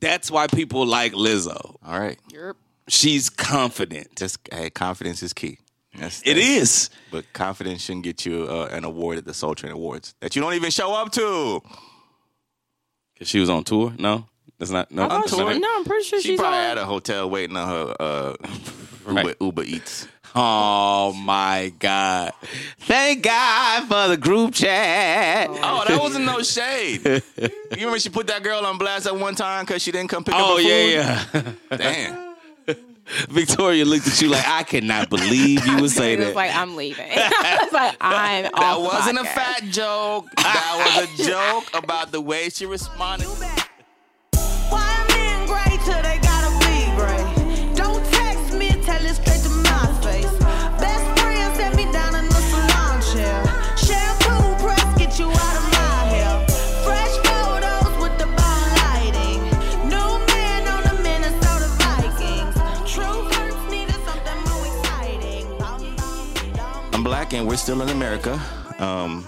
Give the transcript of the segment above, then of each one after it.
that's why people like Lizzo. All right. You're She's confident. Just hey, confidence is key. That's, It that's- is. But confidence shouldn't get you uh, an award at the Soul Train Awards that you don't even show up to. Cause she was on tour. No, that's not. No, I'm that's sure- not it. no, I'm pretty sure She she's probably on. at a hotel waiting on her uh, Right. Uber, Uber Eats. Oh my God! Thank God for the group chat. Oh, that wasn't no shade. you remember she put that girl on blast at one time because she didn't come pick Oh up her food? yeah, yeah. yeah. Damn. Victoria looked at you like I cannot believe you would say It was that. like I'm leaving. I was like I'm. That off the wasn't a podcast. fat joke. That was a joke about the way she responded. Why men great till they gotta be great? Don't text me, tell it straight to my face. Best friend set me down in the salon chair. Shampoo press get you out of my hair. Fresh photos with the bomb lighting. New man on the Minnesota Vikings. True hurts needed something more exciting. Bum, bum, dum. I'm black and we're still in America. Um,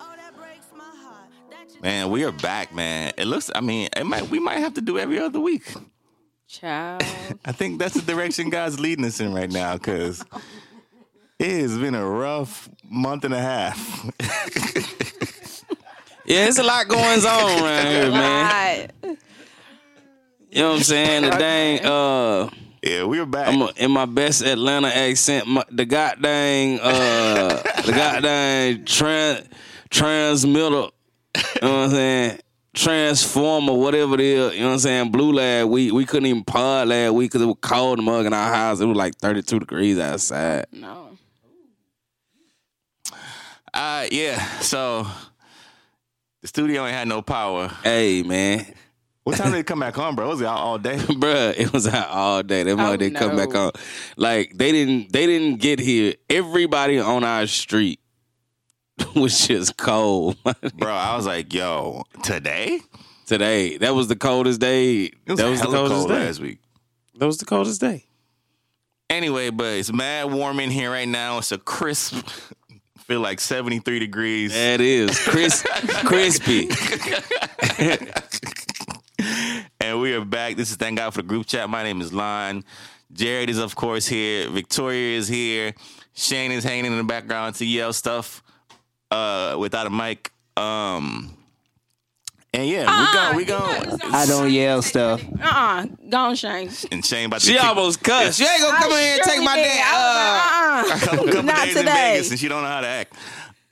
Oh, that breaks my heart. That you man, we are back, man. It looks. I mean, it might. We might have to do every other week. Child. I think that's the direction God's leading us in right now because it has been a rough month and a half. Yeah, it's a lot going on around here, man. God. You know what I'm saying? The dang. Uh, yeah, we are back. I'm a, in my best Atlanta accent. My, the goddamn, uh, the goddamn trans transmitter. You know what I'm saying? Transformer, whatever it is. You know what I'm saying? Blue lad. We we couldn't even pod last week because it was cold in the mug in our house. It was like 32 degrees outside. No. Uh, yeah, so the studio ain't had no power. Hey man, What time did it come back on, bro? It was out all day. bruh, it was out all day. That mother Oh, didn't come back no. on. Like they didn't they didn't get here. Everybody on our street was just cold. Bro, I was like, yo, today? today. That was the coldest day. It was, that was the hella coldest cold day. last week. That was the coldest day. Anyway, but it's mad warm in here right now. It's a crisp, feel like 73 degrees. That is crisp, crispy. And we are back. This is Thank God for the group chat. My name is Lon. Jared is, of course, here. Victoria is here. Shane is hanging in the background to yell stuff uh, without a mic. Um, and yeah, Ah, we go. We go. I don't yell stuff. Uh uh-uh. uh. do not Shane. And Shane about to She get kicked almost cussed. She ain't gonna come in here and Surely take my did. day. Uh, I was like, uh-uh. a couple, couple Not days today. in Vegas, and she don't know how to act.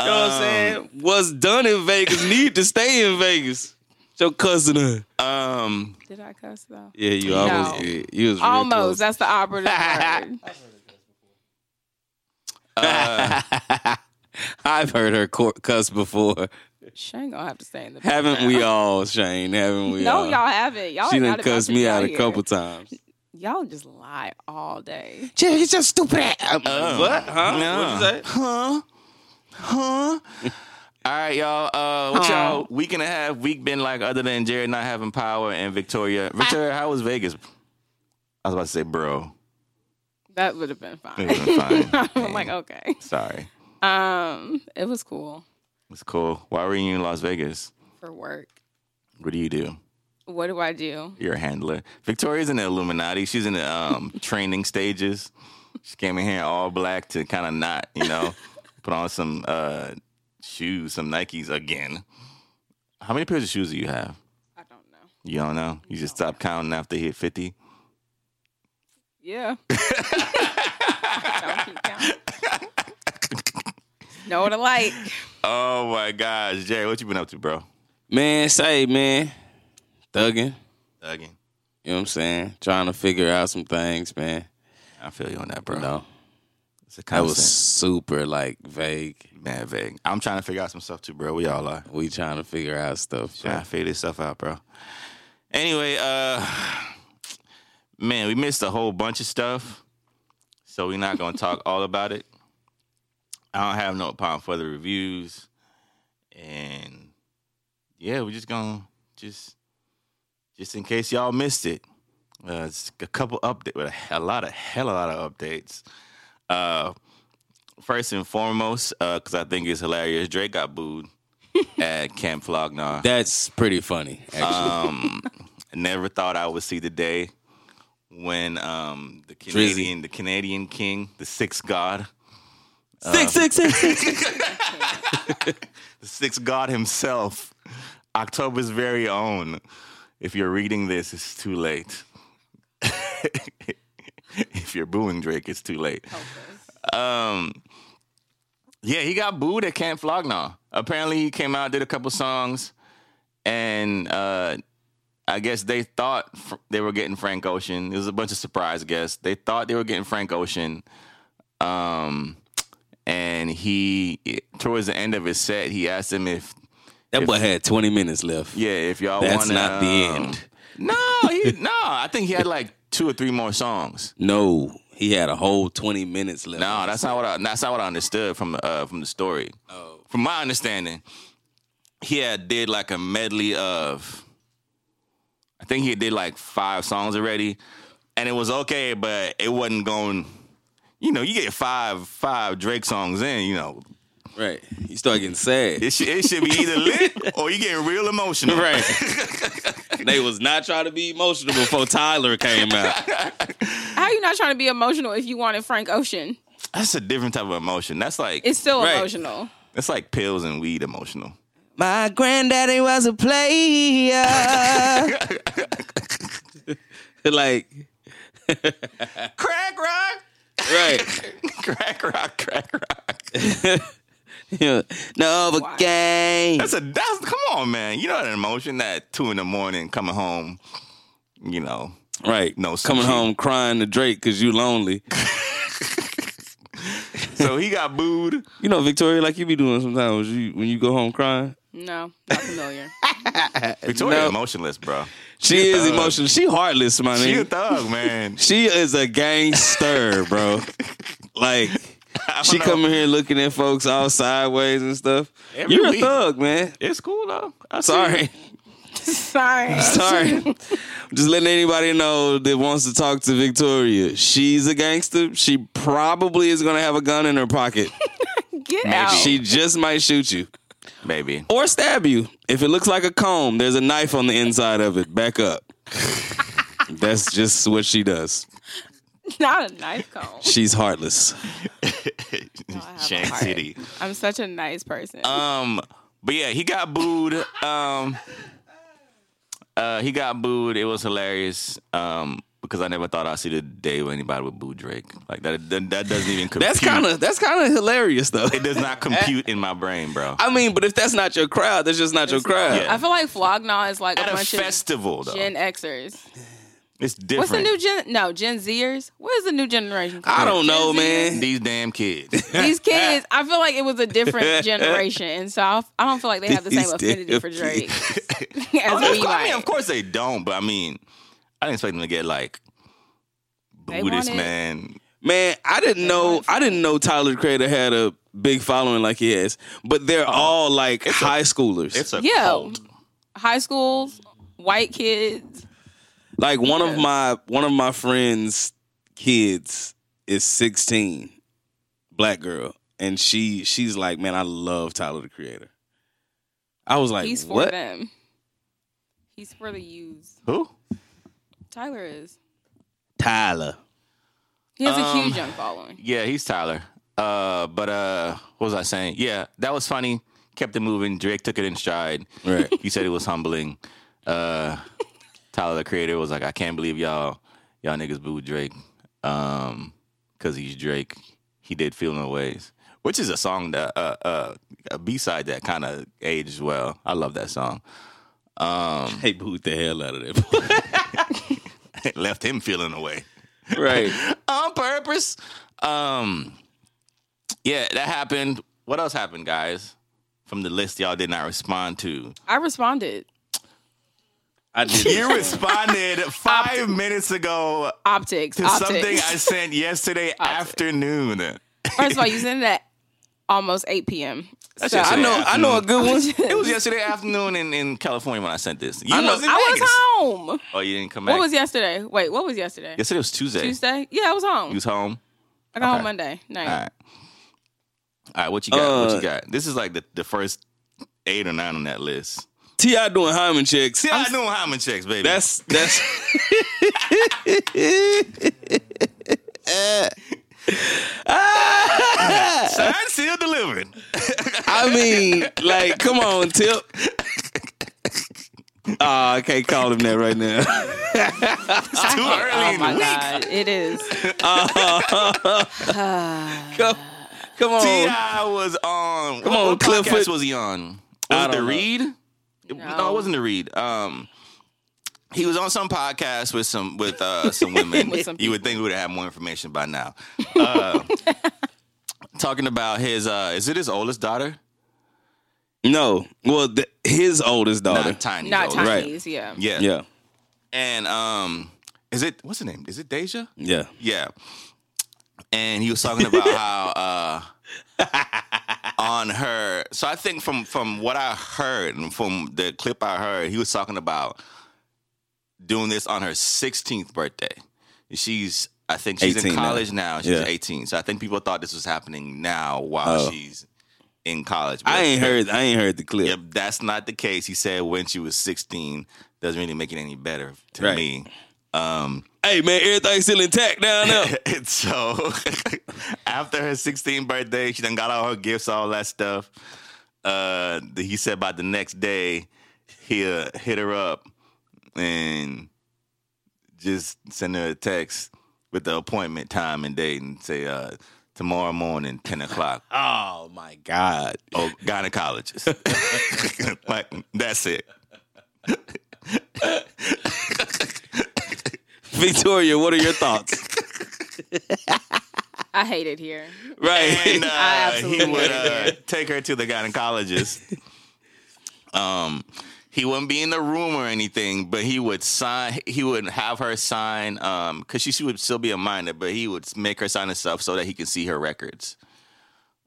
you know what I'm saying? What's done in Vegas need to stay in Vegas. Your cousin. her. Um, uh-uh. Did I cuss though? Yeah, you almost No. did. You was real Almost. close. That's the operative word. I've heard her cor- cuss before. Shane gonna have to stay in the. Haven't we all, Shane? Haven't we No, all? y'all haven't. Y'all She not done about cussed to me be out a here. couple times. Y'all just lie all day. Jerry, get your stupid ass. what? Huh? no. Oh, What'd you say? Huh? Huh? All right, y'all. Uh, what y'all week and a half week been like other than Jared not having power and Victoria? Victoria, how was Vegas? I was about to say, bro. That would have been fine. It was fine. I'm like, oh. okay. Sorry. Um, it was cool It's cool. Why were you in Las Vegas? for work. What do you do? What do I do? You're a handler. Victoria's in the Illuminati. She's in the um, training stages. She came in here all black to kind of not, you know, put on some uh, shoes, some Nikes again. How many pairs of shoes do you have? I don't know. You don't know. You just stop counting after you hit fifty. Yeah. don't keep counting. Know what I like. Oh my gosh, Jerry, what you been up to, bro? Man, say, man. Thugging. Again, You know what I'm saying? Trying to figure out some things, man. I feel you on that, You bro. know, it's a that was constant. super like vague. man vague. I'm trying to figure out some stuff too, bro. We all are. We trying to figure out stuff. bro. Trying to figure this stuff out, bro. Anyway, uh, man, we missed a whole bunch of stuff, so we're not gonna talk all about it. I don't have no problem for the reviews, and yeah, we're just gonna just just in case y'all missed it. Uh, it's a couple update, well, a lot of hell, a lot of updates. Uh, first and foremost, because I think it's hilarious, Drake got booed at Camp Uh, Flognar. That's pretty funny, actually. Um, never thought I would see the day when um, the Drizzy. Canadian, the Canadian king, the sixth god, Six, six, six, six. the sixth god himself, October's very own. If you're reading this, it's too late. if you're booing Drake, it's too late. Um, yeah, he got booed at Camp Flognaw. Apparently, he came out, did a couple songs, and uh, I guess they thought fr- they were getting Frank Ocean. It was a bunch of surprise guests. They thought they were getting Frank Ocean. Um, and he, towards the end of his set, he asked him if, That boy had 20 minutes left. yeah, if y'all That's want not the end. No, he, no, I think he had like two or three more songs. No, he had a whole 20 minutes left. No, that's not what I, that's not what I understood from uh, from the story. Oh. From my understanding, he had did like a medley of. I think he did like five songs already, and it was okay, but it wasn't going. You know, you get five five Drake songs in, you know, Right. You start getting sad. it should it should be either lit or you getting real emotional. Right. they was not trying to be emotional before Tyler came out. How you not trying to be emotional if you wanted Frank Ocean? That's a different type of emotion. That's like It's still Right. emotional. that's like pills and weed emotional. My granddaddy was a player. like, Crack rock, right. crack rock, crack rock. Yeah. No, but Wow. gang. That's a that's come on, man. You know that emotion that two in the morning coming home, you know. Right. No Coming sushi. home crying to Drake because you lonely. So he got booed. You know, Victoria, like you be doing sometimes you, when you go home crying. No, not familiar. Victoria No. emotionless, bro. She is thug. emotional. She heartless, my She a nigga. thug, man. She is a gangster, bro. Like I she don't know. coming here looking at folks all sideways and stuff. Every You're week. a thug, man. It's cool though. I see it. Sorry. Sorry. Sorry. I'm Just letting anybody know that wants to talk to Victoria. She's a gangster. She probably is gonna have a gun in her pocket. Get out. She just might shoot you. Maybe. Or stab you. If it looks like a comb, there's a knife on the inside of it. Back up. That's just what she does. not a knife cone. She's heartless. have a Shank heart. City. I'm such a nice person. Um, but yeah, he got booed. Um, uh, he got booed. It was hilarious. Um, because I never thought I'd see the day when anybody would boo Drake. Like that. That, that doesn't even compute. That's kind of that's kind of hilarious though. It does not compute in my brain, bro. I mean, but if that's not your crowd, that's just not your crowd. Yeah. I feel like Vlognaw is like At a a bunch festival, though, of Gen Xers. it's different. What's the new gen? No, Gen Zers. What is the new generation? Called? I don't know, man. These damn kids. These kids. I feel like it was a different generation, and so I, I don't feel like they have the same These affinity damn for Drake kids. as Of we course- I mean, like. of course they don't, but I mean, I didn't expect them to get like They boo this want it. man. Man, I didn't know want I didn't know Tyler the Creator had a big following like he has. But they're all like high schoolers. It's a Yeah. cult. High schools, white kids. like one of my one of my friends' kids is 16, black girl, and she she's like, "Man, I love Tyler the Creator." I was like, He's for "What?" them. He's for the youths. Who? Tyler is. Tyler. He has a Um, huge young following. Yeah, he's Tyler. Uh, but uh, what was I saying? Yeah, that was funny. Kept it moving. Drake took it in stride. Right. He said it was humbling. Uh, Tyler the Creator was like, I can't believe y'all y'all niggas booed Drake. Um, cause he's Drake. He did feel no ways, which is a song that uh uh a B side that kind of aged well. I love that song. Um, They booed the hell out of that. it left him feeling away. right. on purpose. Um, yeah, that happened. What else happened, guys? From the list y'all did not respond to. I responded. I did. You responded five minutes ago Optics. to optics. something I sent yesterday afternoon. First of all, you sent it at almost 8 p.m. That's so just- I know. I know a good one. It was yesterday afternoon in, in California when I sent this. You I know- was in I was Vegas. home. Oh, you didn't come back. What was yesterday? Wait, what was yesterday? yesterday was Tuesday. Tuesday? Yeah, I was home. You was home. I got okay. home Monday night. All right. All right. What you got? what Uh, you got? This is like the, the first eight or nine on that list. Ti doing hymen checks. See, I'm, I knew Hyman checks, baby. That's that's. signed, sealed, delivered. I mean, like, come on, Tip. Oh, I can't call him that right now. It's too early Oh in the my week. god, it is. Come, come on. T.I. was on. Come what, on, what Clifford. podcast was he on? Was it don't the know. Reed? No. No. it wasn't the Reed. Um, he was on some podcast with some with uh, some women. With some you would think we would have more information by now. Uh, talking about his uh, is it his oldest daughter? No, well, th- his oldest daughter. Not tiny. Not oldest. Right. Chinese, yeah. Yeah. Oh, yeah, And um, is it what's her name? Is it Deja? yeah. Yeah. And he was talking about how uh on her so I think from from what I heard and from the clip I heard, he was talking about doing this on her sixteenth birthday. She's I think she's 18 in now. college now. She's Yeah. eighteen. So I think people thought this was happening now while Oh. she's in college. I But ain't heard. I ain't heard the clip. if that's not the case, he said when she was sixteen, doesn't really make it any better to Right. me. Um Hey man, everything's still intact down there. and so after her 16th birthday, she done got all her gifts, all that stuff. Uh, th- he said by the next day, he'll hit her up and just send her a text with the appointment time and date and say, uh, tomorrow morning, 10 o'clock, oh my god. oh, gynecologist. like, that's it. Victoria, what are your thoughts? I hate it here. right. and I uh, he absolutely would hate uh, take her to the gynecologist. um, he wouldn't be in the room or anything, but he would sign. He would have her sign because she, she would still be a minor, but he would make her sign and stuff so that he could see her records.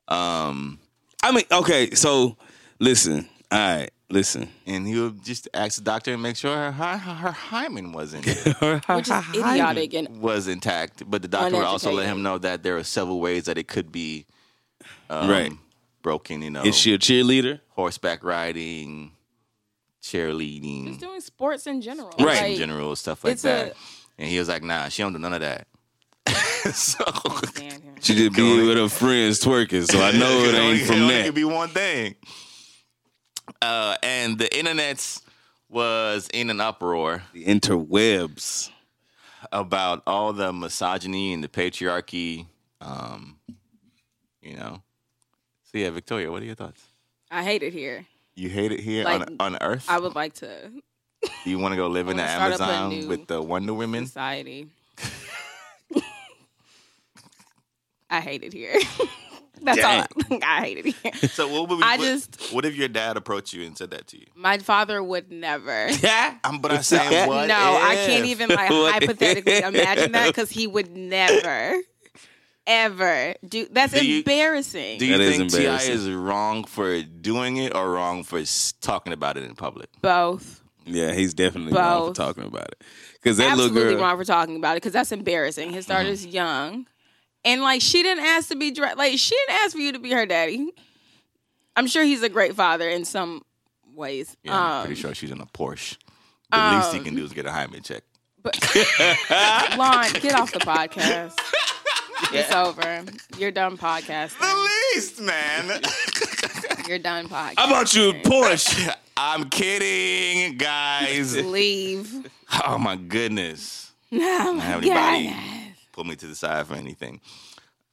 Um, I mean, okay, so listen. All right, listen. and he would just ask the doctor and make sure her hy- her hymen wasn't Which is idiotic and was intact. But the doctor would also let him know that there are several ways that it could be um, Right. broken. You know, Is she a cheerleader? horseback riding, cheerleading, just doing sports in general. Right. in Like, general stuff like it's that. a- and he was like, "Nah, she don't do none of that." so man, here. She just be with her friends twerking, so I know it only- ain't from only that. Could be one thing. Uh, and the internet's was in an uproar The interwebs. about all the misogyny and the patriarchy. Um, you know. So yeah, Victoria, what are your thoughts? I hate it here. You hate it here Like, on on Earth? I would like to Do you want to go live in the wanna start up a Amazon new with the Wonder Women? society. I hate it here. That's all. I hate it here. So what would we, I what- just- What if your dad approached you and said that to you? My father would never. Yeah. I'm, but I'm saying what? no, I if? can't even like What hypothetically if? imagine that because he would never, ever do. That's Do you- embarrassing. Do you That is think Ti embarrassing. is wrong for doing it or wrong for s- talking about it in public? Both Yeah, he's definitely wrong for Both. talking about it. Because that absolutely little girl. wrong for talking about it because that's embarrassing. His daughter's young, and like she didn't ask to be dra- like she didn't ask for you to be her daddy. I'm sure he's a great father in some ways. Yeah, I'm Um, pretty sure she's in a Porsche. The least he can do is get a hymen check. Lon, get off the podcast. It's over. You're done podcasting. least, man. You're done podcasting. How about you, Porsche? I'm kidding, guys. Leave. Oh my goodness. No, Have anybody pull me to the side for anything?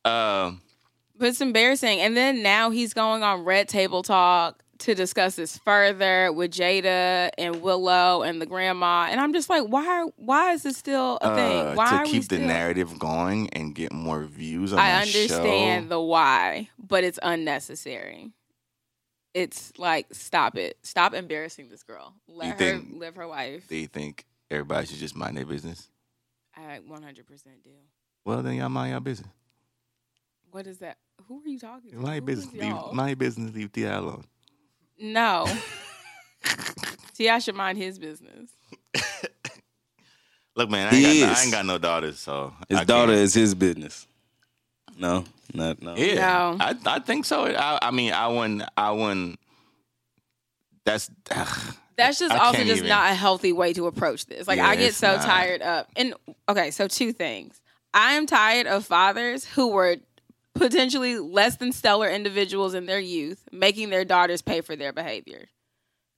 Um, But it's embarrassing. And then now he's going on Red Table Talk to discuss this further with Jada and Willow and the grandma. And I'm just like, why? Why is this still a uh, thing? Why to are we keep the still- narrative going and get more views on I my show. understand the why, but it's unnecessary. It's like, stop it. Stop embarrassing this girl. Let You her think- live her life. Do you think everybody should just mind their business? I 100 percent do. Well, then y'all mind y'all business. What is that? Who are you talking to? Mind your Who business. is Leave, y'all? mind your business. Leave Ti alone. No. Ti should mind his business. Look, man, I He ain't, got, no- is. I ain't got no daughters, so I His can't- daughter is his business. No, not no. Yeah, No. I I think so. I, I mean, I wouldn't. I wouldn't. That's That's just I also can't just even. not a healthy way to approach this. Like Yeah, I get it's so not. tired of and okay, so two things. I am tired of fathers who were potentially less than stellar individuals in their youth making their daughters pay for their behavior.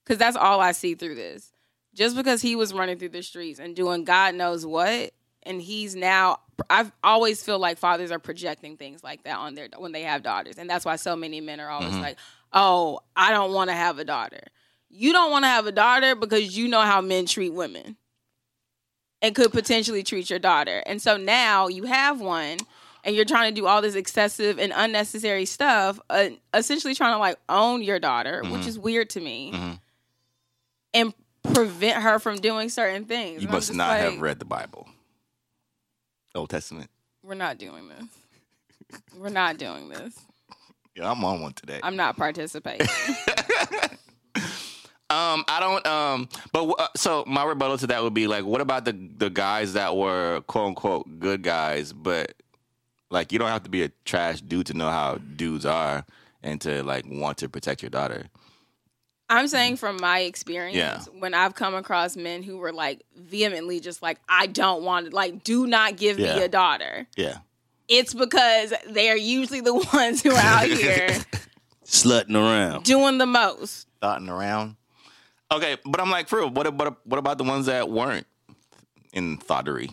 Cuz that's all I see through this. Just because he was running through the streets and doing God knows what and he's now I've always feel like fathers are projecting things like that on their when they have daughters. And that's why so many men are always Mm-hmm. like, "Oh, I don't want to have a daughter." you don't want to have a daughter because you know how men treat women and could potentially treat your daughter. And so now you have one and you're trying to do all this excessive and unnecessary stuff, uh, essentially trying to like own your daughter, Mm-hmm. which is weird to me, Mhm. and prevent her from doing certain things. You And I'm must just not have like, read the Bible, Old Testament. We're not doing this. We're not doing this. Yeah, I'm on one today. I'm not participating. Um, I don't. Um, but uh, so my rebuttal to that would be like, what about the the guys that were quote unquote good guys, but like you don't have to be a trash dude to know how dudes are and to like want to protect your daughter. I'm saying from my experience, Yeah. when I've come across men who were like vehemently just like, I don't want it, like, do not give Yeah. me a daughter. Yeah, It's because they are usually the ones who are out here slutting around. doing the most. thoughting around. Okay, but I'm like, for real, what about what about the ones that weren't in thoughterry?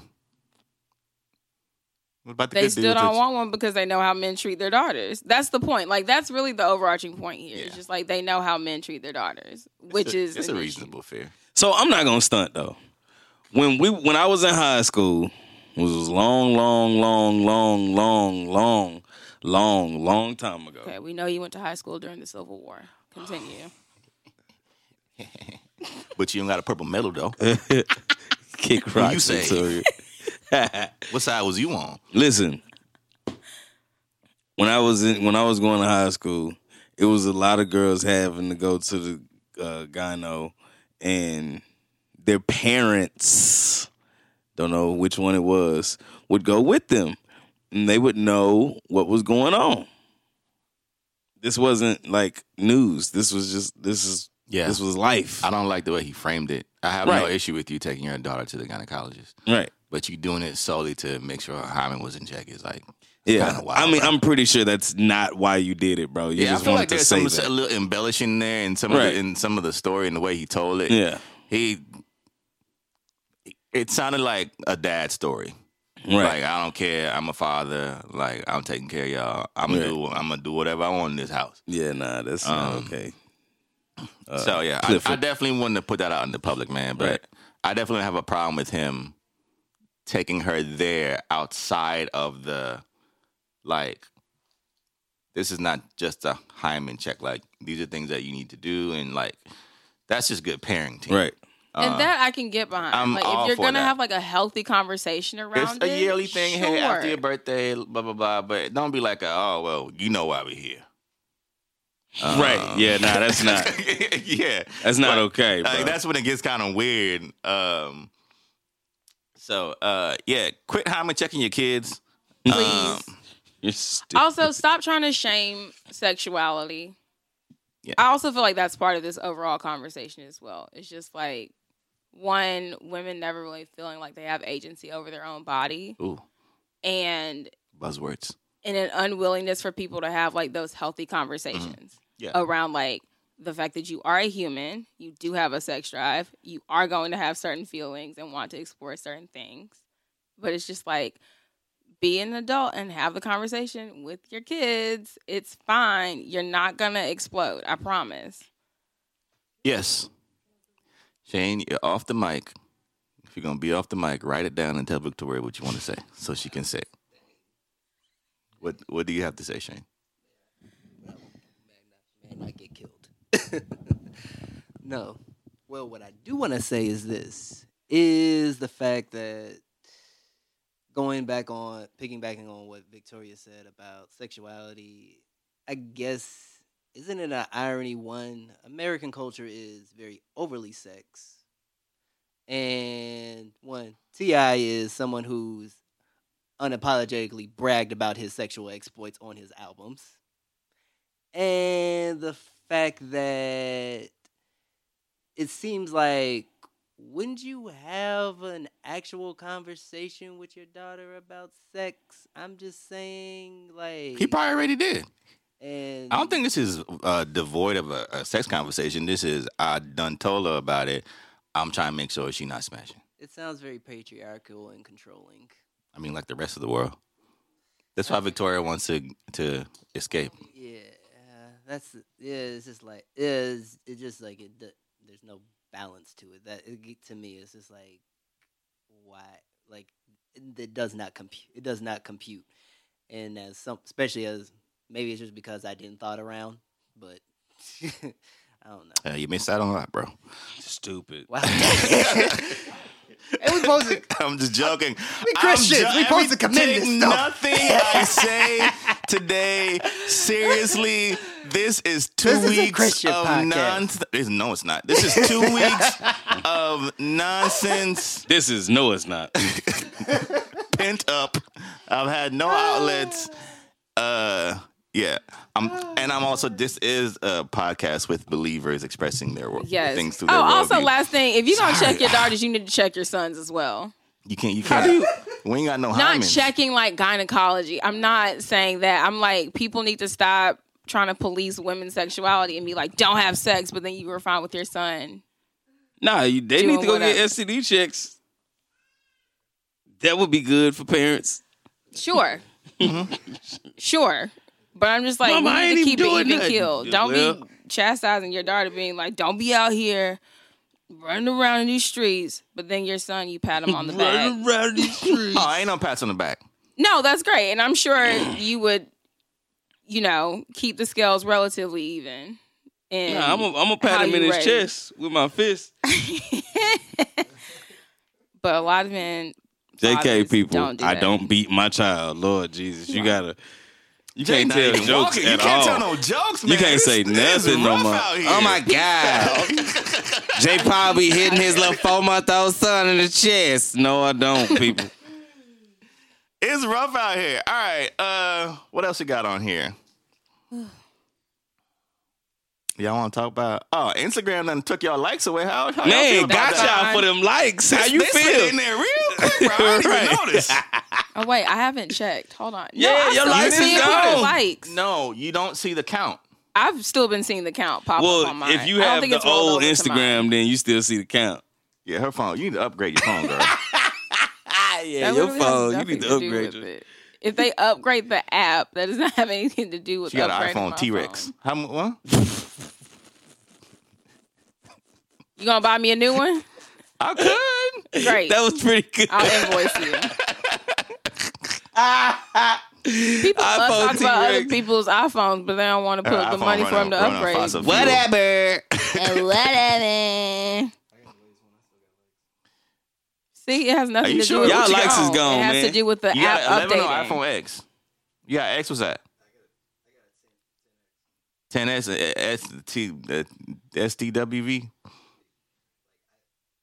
What about the They good still dudes don't that's- want one because they know how men treat their daughters. That's the point. Like, that's really the overarching point here. Yeah. It's just like they know how men treat their daughters, which It's a- is it's a an issue. reasonable fear. So I'm not gonna stunt though. When we when I was in high school, it was a long, long, long, long, long, long, long, long time ago. Okay, we know you went to high school during the Civil War. Continue. But you don't got a purple medal though. Kick rocks you say? into it. what side was you on? Listen, when I was in when I was going to high school, it was a lot of girls having to go to the uh, gyno, and their parents don't know which one it was would go with them, and they would know what was going on. This wasn't like news. This was just this is Yeah. this was life. I don't like the way he framed it. I have no Right. issue with you taking your daughter to the gynecologist, Right. but you doing it solely to make sure Hyman was in check is like, Yeah. kinda wild, I mean, bro. I'm pretty sure that's not why you did it, bro. You yeah, I just feel wanted like to there's say some that. a little embellishing there in some of Right. the, in some of the story and the way he told it. yeah. he it sounded like a dad story. Right. Like I don't care, I'm a father. Like I'm taking care of y'all. I'm gonna Right. do I'm gonna do whatever I want in this house. Yeah, nah, that's not Um, okay. so yeah, uh, I, I Clifford. definitely wouldn't have put that out in the public, man. But Right. I definitely have a problem with him taking her there outside of the like. This is not just a hymen check. Like these are things that you need to do, and like that's just good parenting. Right. and that I can get behind. Uh, I'm like, all if you're for gonna that. have like a healthy conversation around It's a it, yearly thing. Hey, after sure. your birthday, blah blah blah. But don't be like, a, oh well, you know why we're here. Um, right. Yeah, nah, that's not yeah, that's not Like, okay, bro. Like that's when it gets kind of weird. Um, so uh, yeah, quit hymen checking your kids. Please. um, You're stupid. also, stop trying to shame sexuality. Yeah. I also feel like that's part of this overall conversation as well. It's just like one, women never really feeling like they have agency over their own body, Ooh, and buzzwords. in an unwillingness for people to have like those healthy conversations Mm-hmm. Yeah. around like the fact that you are a human, you do have a sex drive, you are going to have certain feelings and want to explore certain things. But it's just like be an adult and have the conversation with your kids. It's fine. You're not going to explode. I promise. Yes, Shane, you're off the mic. If you're gonna be off the mic, write it down and tell Victoria what you want to say, so she can say. it. What What do you have to say, Shane? and I get killed. no. Well, what I do want to say is this is the fact that going back on piggybacking on what Victoria said about sexuality, I guess isn't it an irony one American culture is very overly sex. And one TI is someone who's unapologetically bragged about his sexual exploits on his albums and the fact that it seems like wouldn't you have an actual conversation with your daughter about sex? I'm just saying, like, He probably already did. and I don't think this is uh, devoid of a, a sex conversation. This is I done told her about it. I'm trying to make sure she's not smashing. it sounds very patriarchal and controlling. I mean, like the rest of the world. That's why Victoria wants to to escape. Yeah, that's yeah. It's just like is it's, just like it. d- There's no balance to it. That it, ge- to me, it's just like why like it, it does not compute. It does not compute. And as some, especially as maybe it's just because I didn't thought around, but I don't know. Uh, you missed out on a lot, bro. Stupid. Wow. and we supposed to I'm just joking. We Christians, we supposed to commend this stuff. Nothing I say today. Seriously, this is two This is a weeks Christian of podcast. nonsense. No, it's not. This is two weeks of nonsense. This is no, it's not. pent up. I've had no outlets. Uh, yeah. I'm, and I'm also. This is a podcast with believers expressing their wor- Yes. things through their oh, also, worldview. last thing, if you're gonna Sorry. check your daughters, you need to check your sons as well. you can't. You can't. We ain't got no Not hymens. checking like gynecology. I'm not saying that. I'm like people need to stop trying to police women's sexuality and be like, don't have sex, but then you were fine with your son. Nah, you, they Doing need to go what get up? STD checks. That would be good for parents. Sure, sure. But I'm just like, Mm-hmm. Mama, I we ain't need even to keep it doing even nothing. killed. Yeah, Don't well. be chastising your daughter, being like, don't be out here running around in these streets. But then your son, you pat him on the back. Running around these streets. Oh, ain't no pats on the back. No, that's great. And I'm sure you would, you know, keep the scales relatively even. And Nah, I'm gonna pat How him in you his raised. chest with my fist. but a lot of men JK Fathers, people, don't do I that. don't beat my child. Lord Jesus, you gotta. You can't Not tell even jokes walking. at you can't all. tell no jokes, man. you can't This- say this is nothing no rough more. out here. Oh my god, J. Paul be hitting his little four month old son in the chest. No, I don't, people. It's rough out here. All right. Uh, what else we got on here? Y'all want to talk about? Oh, Instagram done took y'all likes away. How, how y'all feel Man, about got that? y'all for them likes. How This- you this fit in feel? there real quick, bro. I didn't Right. even notice. Oh wait, I haven't checked. Hold on. Yeah, no, I've your still likes been is seeing people's gone. Likes. No, you don't see the count. I've still been seeing the count pop up on Well, mine. if you I don't have think the it's rolled old over to mine. Instagram, then you still see the count. Yeah, her phone. You need to upgrade your phone, girl. Ah, yeah, That your literally has phone. You nothing need to do upgrade with your. it. If they upgrade the app, that does not have anything to do with. She got an upgrading my iPhone T Rex. phone. How mu- what? You gonna buy me a new one? I could. Great. That was pretty good. I'll invoice you. People love iPhone talk about other T-Rex. people's iPhones, but they don't want to put Her the iPhone money run for them on- to run on upgrade. fossil fuel. Whatever. And Whatever. See, it has Are nothing you to do sure? with Y'all what you likes is own. gone, It has man. to do with the You got app an 11 or iPhone updating. X? You got X was that? 10S, uh, S, T, uh, SDWV.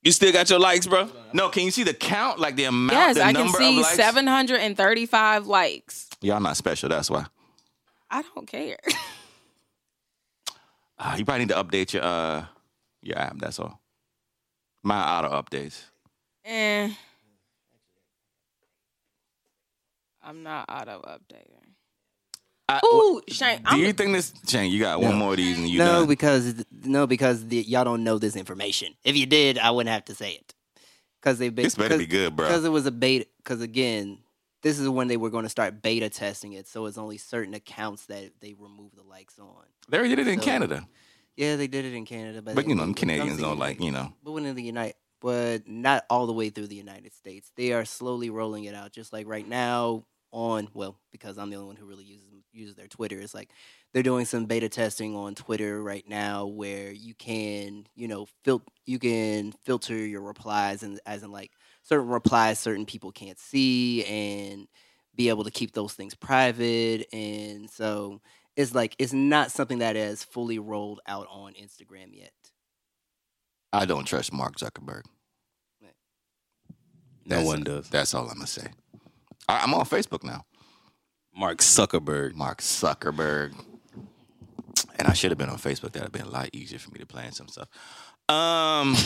You still got your likes, bro? No, can you see the count, like the amount, Yes, the I can number see of likes? 735 likes. Y'all not special, that's why. I don't care. Ah, you probably need to update your uh your app. That's all. My auto updates. eh. I'm not auto updating. I, Ooh, Shane, do I'm you think this, Shane? You got one No. more of these and you no done. because no because the, y'all don't know this information. If you did, I wouldn't have to say it because they This better be good, bro. because it was a beta. Because again, this is when they were going to start beta testing it, so it's only certain accounts that they remove the likes on. They already did it in So- Canada, Yeah, they did it in Canada, but but you know, them when it comes Canadians to don't the- like you know. But when in the United, but not all the way through the United States, they are slowly rolling it out. Just like right now on well, because I'm the only one who really uses uses their Twitter. It's like they're doing some beta testing on Twitter right now, where you can you know fil- you can filter your replies and as in like certain replies certain people can't see and be able to keep those things private and so it's like it's not something that is fully rolled out on Instagram yet. I don't trust Mark Zuckerberg. Right. No That's- one does. That's all I'm gonna say. I, I'm on Facebook now. Mark Zuckerberg. Mark Zuckerberg. And I should have been on Facebook. That'd have been a lot easier for me to plan some stuff. Um,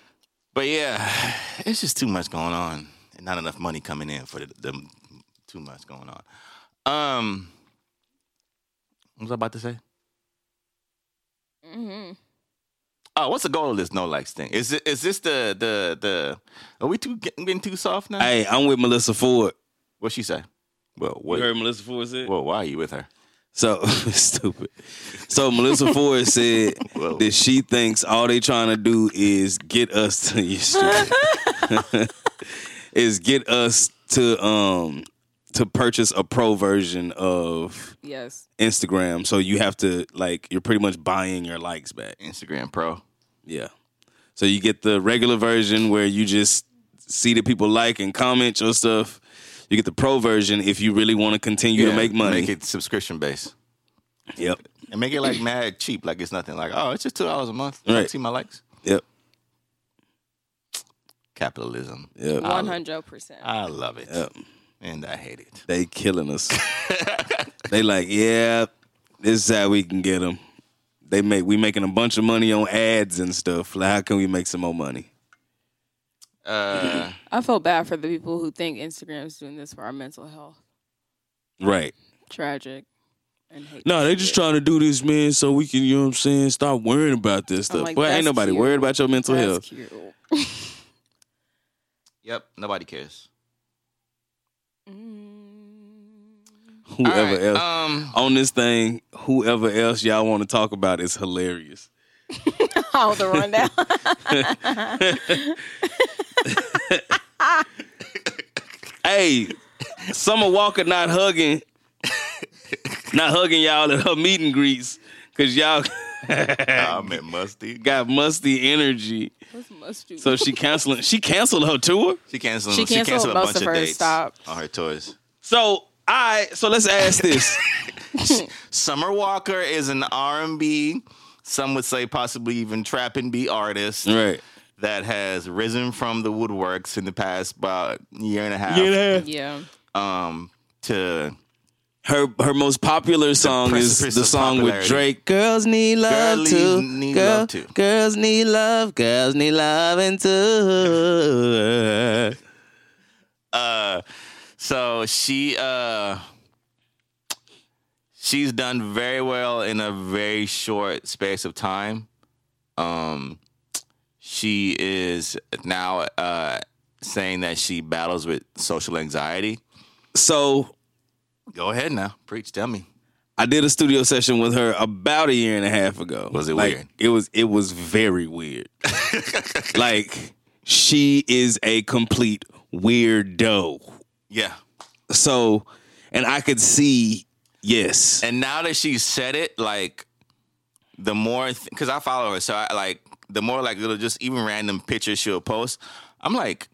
but yeah, it's just too much going on and not enough money coming in for the, the too much going on. Um, what was I about to say? hmm Oh, what's the goal of this no likes thing? Is it is this the the the? Are we too getting, getting too soft now? Hey, I'm with Melissa Ford. What she say? Well, You heard what? Melissa Ford say? Well, why are you with her? So stupid. So Melissa Ford said Whoa. that she thinks all they trying to do is get us to you stupid. is get us to um to purchase a pro version of Yes. Instagram. So you have to like you're pretty much buying your likes back. Instagram Pro. Yeah. So you get the regular version where you just see that people like and comment your stuff. You get the pro version if you really want to continue to Yeah, make money. Make it subscription based. Yep. And make it like mad cheap, like it's nothing. Like, oh, it's just two dollars a month. Right. See my likes. Yep. Capitalism. Yep. One hundred percent. I love it. Yep. And I hate it. They killing us. they like, yeah, this is how we can get them. They make we making a bunch of money on ads and stuff. Like, how can we make some more money? Uh, I feel bad for the people who think Instagram's doing this for our mental health. Right. Tragic. And hate No, to they see just it. trying to do this, man, so we can, you know what I'm saying, stop worrying about this I'm stuff. like, Well, ain't Oh that's nobody cute. worried about your mental That's health. cute. yep. Nobody cares. Mm. All Whoever right, else. Um, on this thing, whoever else y'all want to talk about is hilarious. Oh, the rundown. Hey, Summer Walker not hugging, not hugging y'all at her meet and greets because y'all I'm at oh, Musty. got musty energy. What's mustard? So she canceling, she canceled her tour. She canceled. She canceled a most bunch of of, her dates stops. on her tours. So I, so let's ask this. Summer Walker is an R&B, some would say possibly even trap and B artist right. that has risen from the woodworks in the past about year and a half. yeah. Um, to Her her most popular song is precipice the of song with popularity. Drake. Girls need love Girlies too. need Girl- love too. Girls need love. Girls need loving too. uh, so she uh, she's done very well in a very short space of time. Um, she is now uh saying that she battles with social anxiety. So Go ahead now, preach. Tell me. I did a studio session with her about a year and a half ago. Was it Like, weird? It was. It was very weird. like she is a complete weirdo. Yeah. So, and I could see yes, And now that she said it, like the more because I follow her, so I like the more like little just even random pictures she'll post. I'm like,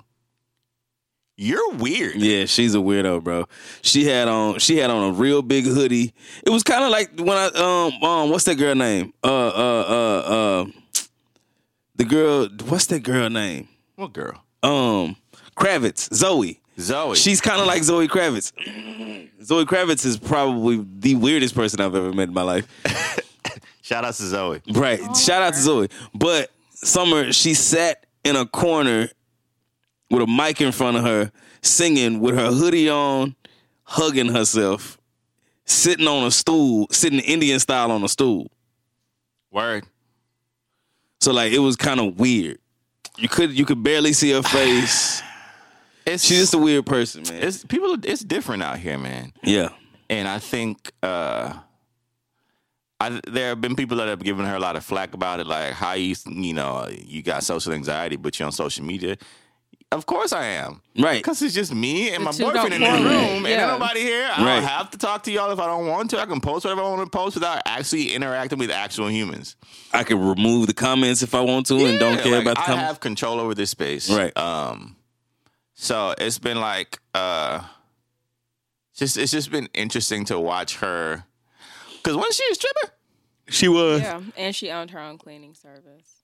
you're weird. yeah, she's a weirdo, bro. She had on she had on a real big hoodie. It was kind of like when I um um what's that girl name? Uh uh uh uh the girl what's that girl name? What girl? Um Kravitz Zoe. Zoe. She's kind of like Zoe Kravitz. Zoe Kravitz is probably the weirdest person I've ever met in my life. shout out to Zoe. Right. Shout out to Zoe. But Summer, she sat in a corner with a mic in front of her, singing with her hoodie on, hugging herself, sitting on a stool, sitting Indian style on a stool. Word. So like it was kind of weird. You could you could barely see her face. It's She's just a weird person, man. it's people. It's different out here, man. Yeah. And I think uh, I there have been people that have given her a lot of flack about it, like how you you know you got social anxiety, but you're on social media. Of course, I am. Right. Because it's just me and my two don't boyfriend in the room, correlate. and Yeah. ain't nobody here. I Right. don't have to talk to y'all if I don't want to. I can post whatever I want to post without actually interacting with actual humans. I could remove the comments if I want to and don't Yeah, care like, about the I comments. have control over this space, Right. Um, so it's been like, uh, just it's just been interesting to watch her. Because once she was stripper, She was. Yeah. And she owned her own cleaning service.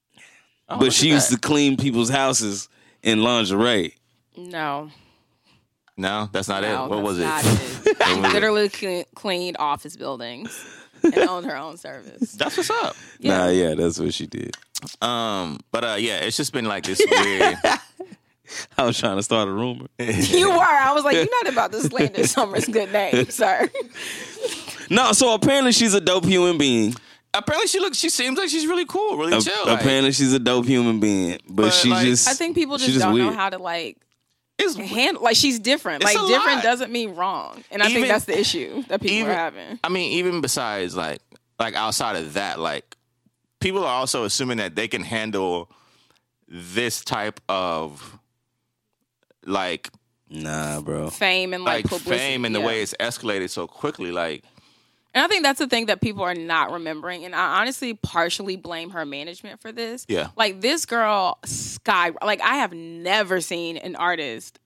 Oh, look But at she used that. to clean people's houses in lingerie. No. No, that's not no it. What was it? that's What not it? was She it? literally cle- cleaned office buildings. and owned her own service. That's what's up. Yeah. Nah, yeah, that's what she did. Um, but uh, yeah, it's just been like this weird. I was trying to start a rumor. You were. I was like, you're not about to slander Summer's good name, sir. no, so apparently she's a dope human being. apparently, she looks. She seems like she's really cool, really Ap- chill. like, apparently she's a dope human being, but, But, she like- just. I think people she just, don't know weird. how to like it's handle. Like she's different. It's Like a different lot. doesn't mean wrong, and I Even- think that's the issue that people even- are having. I mean, even besides like like outside of that, like people are also assuming that they can handle this type of like Nah, bro. Fame and like, like, publicity. fame and the yeah. way it's escalated so quickly. Like And I think that's the thing that people are not remembering. And I honestly partially blame her management for this. Yeah. Like this girl sky like I have never seen an artist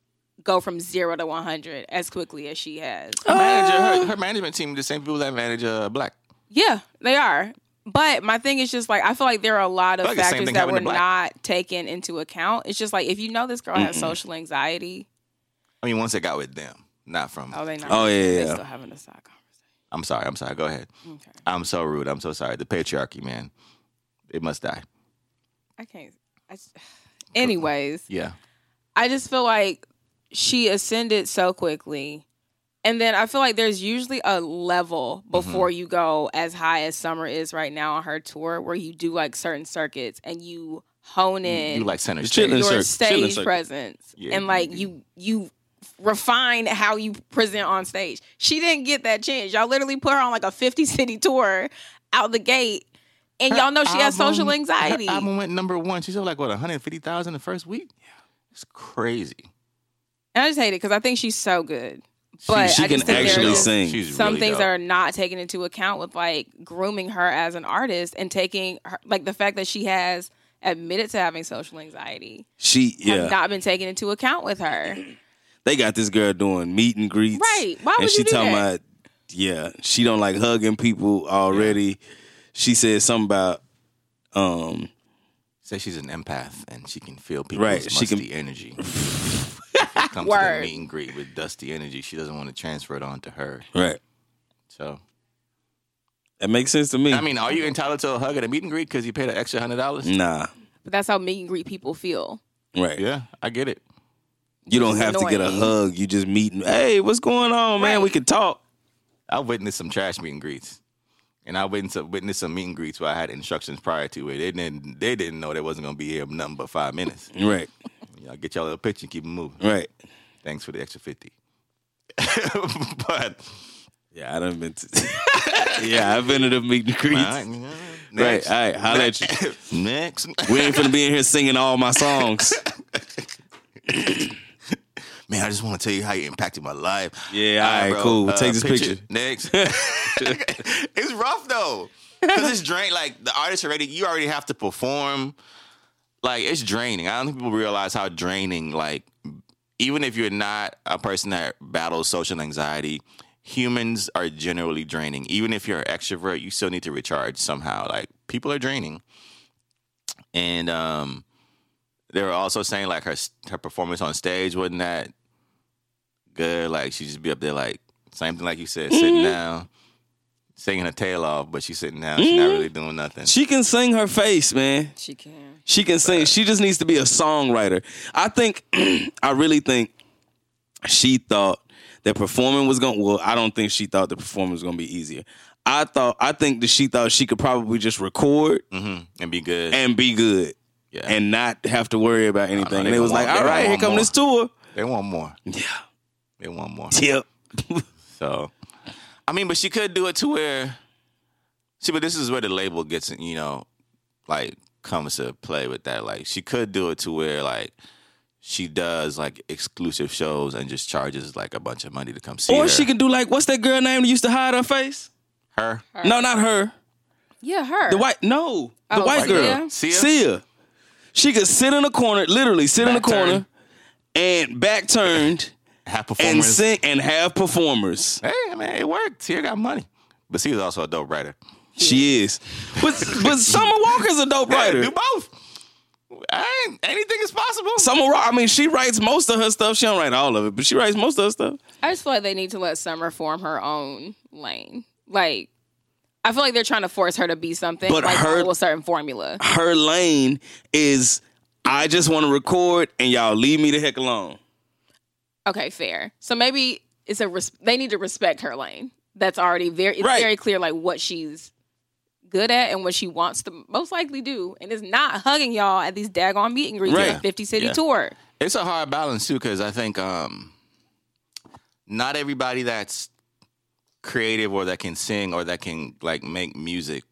go from zero to one hundred as quickly as she has. her manager, her, her management team, the same people that manage uh, Black. Yeah, they are. But my thing is just like I feel like there are a lot of I feel like the same factors thing that happened were to Black. not taken into account. It's just like if you know this girl has social anxiety, I mean, once it got with them, not from. oh they not Oh, yeah, they yeah. still having a side conversation. I'm sorry. I'm sorry. Go ahead. Okay. I'm so rude. I'm so sorry. The patriarchy, man, it must die. I can't I, just- anyways. Yeah. I just feel like she ascended so quickly. And then I feel like there's usually a level Mm-hmm. before you go as high as Summer is right now on her tour where you do like certain circuits and you hone in You like center It's stage. chilling. your circuit, chilling stage circuit. presence Yeah, and you like do. you you refine how you present on stage. She didn't get that chance. Y'all literally put her on like a 50 city tour out the gate and y'all know she has album- social anxiety. Her album went number one. She sold like what 150,000 the first week. Yeah, it's crazy. And I just hate it because I think she's so good. But she I can just think there actually is- sing. some things that are not taken into account with like grooming her as an artist and taking her, like the fact that she has admitted to having social anxiety She have yeah. not been taken into account with her. They got this girl doing meet and greets. Right. Why and would she you do talking that? about yeah, she don't like hugging people already. She said something about um say she's an empath and she can feel people's Right, she musty can- energy. If it comes to the Word. meet and greet with dusty energy. She doesn't want to transfer it on to her. right. So That makes sense to me. I mean, are you entitled to a hug at a meet and greet because you paid an extra hundred dollars? nah. But that's how meet and greet people feel. Right. Yeah, I get it. You don't Which is have to get a annoying. hug. You just meet. and, Hey, what's going on, man? Right. We can talk. I witnessed some trash meet and greets. And I witnessed, witnessed some meet and greets where I had instructions prior to it. They didn't, they didn't know they wasn't going to be here nothing but five minutes. Right. Y'all get y'all little picture and keep it moving. Right. Thanks for the extra 50. but Yeah, I done been. To- yeah, I've been to the meet and greets. all right, Right. next. All right. Holla at you. next. We ain't finna be in here singing all my songs. Man, I just want to tell you how you impacted my life. Yeah, all right, bro. uh, cool. We'll take this picture. Next. it's rough though. Cause it's drained. Like the artist already, you already have to perform. Like it's draining. I don't think people realize how draining. Like even if you're not a person that battles social anxiety, humans are generally draining. Even if you're an extrovert, you still need to recharge somehow. Like people are draining, and um, they were also saying like her her performance on stage wasn't that good. Like she just be up there like same thing like you said, Mm-hmm. sitting down, singing her tail off, but she's sitting down. She's not really doing nothing. Mm-hmm. She can sing her face, man. She can. She can sing. She just needs to be a songwriter. I think, I really think she thought that performing was going to, well, I don't think she thought the performance was going to be easier. I thought, I think that she thought she could probably just record hmm And be good. and be good yeah. and not have to worry about anything. they and it gonna was like, want- all they right, gonna here want come more. this tour. they want more. Yeah. They want more. Yep. So, I mean, but she could do it to where. See, but this is where the label gets, you know, like comes to play with that. Like, she could do it to where like she does like exclusive shows and just charges like a bunch of money to come see Or her. she can do like, what's that girl name that used to hide her face? her. No, not her. Yeah, her. The white no, the Oh, white Sia? girl. Sia? Sia. She could sit in a corner, literally sit in a Back corner, turned. and back turned Have and performers. sing and have performers. Hey, man, it worked. Tia got money. But she was also a dope writer. She is, but but Summer Walker's a dope writer. Do both. I ain't, anything is possible. Summer, Wa- I mean, she writes most of her stuff. She don't write all of it, but she writes most of her stuff. I just feel like they need to let Summer form her own lane. Like, I feel like they're trying to force her to be something, But like her- follow a certain formula. her lane is I just want to record and y'all leave me the heck alone. Okay, fair. So maybe it's a res- they need to respect her lane. That's already very it's Right. very clear like what she's good at and what she wants to most likely do, and it's not hugging y'all at these daggone meet and greets Right. at Fifty City Yeah. Tour. It's a hard balance too, because I think um, not everybody that's creative or that can sing or that can like make music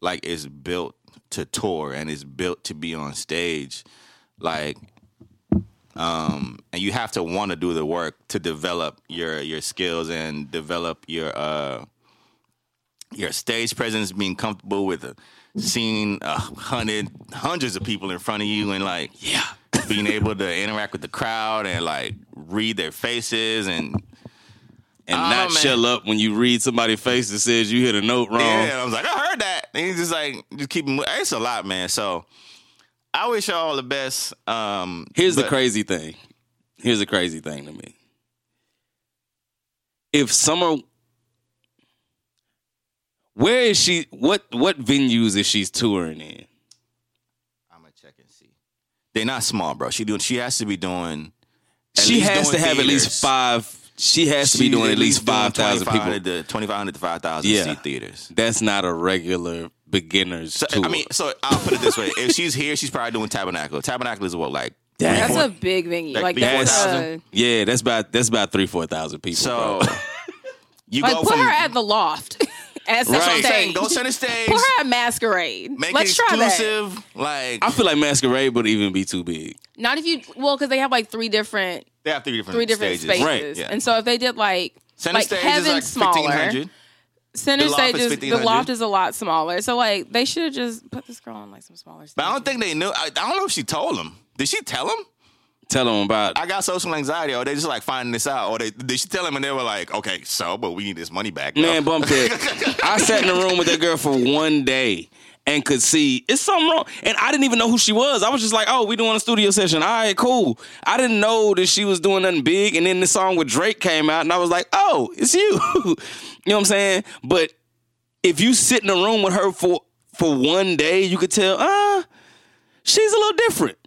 like is built to tour and is built to be on stage, like. Um, and you have to want to do the work to develop your your skills and develop your uh your stage presence, being comfortable with a, seeing a hundred hundreds of people in front of you, and like yeah, being able to interact with the crowd and like read their faces and And Oh, not man. shell up when you read somebody's face that says you hit a note wrong. yeah, and I was like, I heard that. And he's just like, just keep it. mo- It's a lot, man. So I wish y'all all the best. Um, Here's the but- crazy thing. Here's the crazy thing to me. If Summer Where is she what what venues is she's touring in? I'm gonna check and see. They're not small, bro. She doing. She has to be doing. at she least has to doing have at least theaters. five she has to be She's doing at least doing five thousand people. 2,500 to twenty five hundred to five thousand Yeah. seat theaters. That's not a regular beginner's So, tour. I mean, so I'll put it this way: if she's here, she's probably doing Tabernacle. Tabernacle is what like Damn. That's three, a big venue. Like, Like big that's a, 4,000. yeah, that's about that's about three, four thousand people. So bro. you like go put from her at the loft Right. at right. I'm saying, stage. go center stage, Put her at masquerade. make Let's it try that. exclusive. Like I feel like Masquerade would even be too big. Not if you well, because they have like three different they have three different three different stages. spaces. Right, yeah. And so if they did like Center like stage heaven is like fifteen smaller, hundred. center The loft stage is is the 1500. loft is a lot smaller. So like they should have just put this girl on like some smaller stage. But I don't think they knew. I, I don't know if she told him. Did she tell him? Tell them about I got social anxiety, or they just like finding this out, or they did she tell him and they were like, okay, so, but we need this money back. man though. bump that. I sat in the room with that girl for one day and could see it's something wrong. And I didn't even know who she was. I was just like, oh, we doing a studio session. All right, cool. I didn't know that she was doing nothing big. And then the song with Drake came out, and I was like, oh, it's you. you know what I'm saying? But if you sit in a room with her for for one day, you could tell, uh, she's a little different.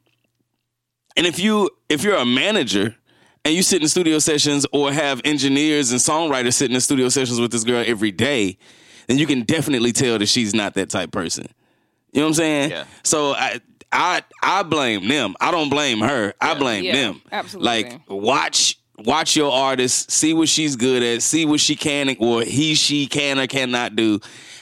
And if you if you're a manager and you sit in studio sessions or have engineers and songwriters sitting in studio sessions with this girl every day, then you can definitely tell that she's not that type person. You know what I'm saying? Yeah. So I I I blame them. I don't blame her. I blame Yeah, them. absolutely. Like watch watch your artist, see what she's good at, see what she can or he she can or cannot do,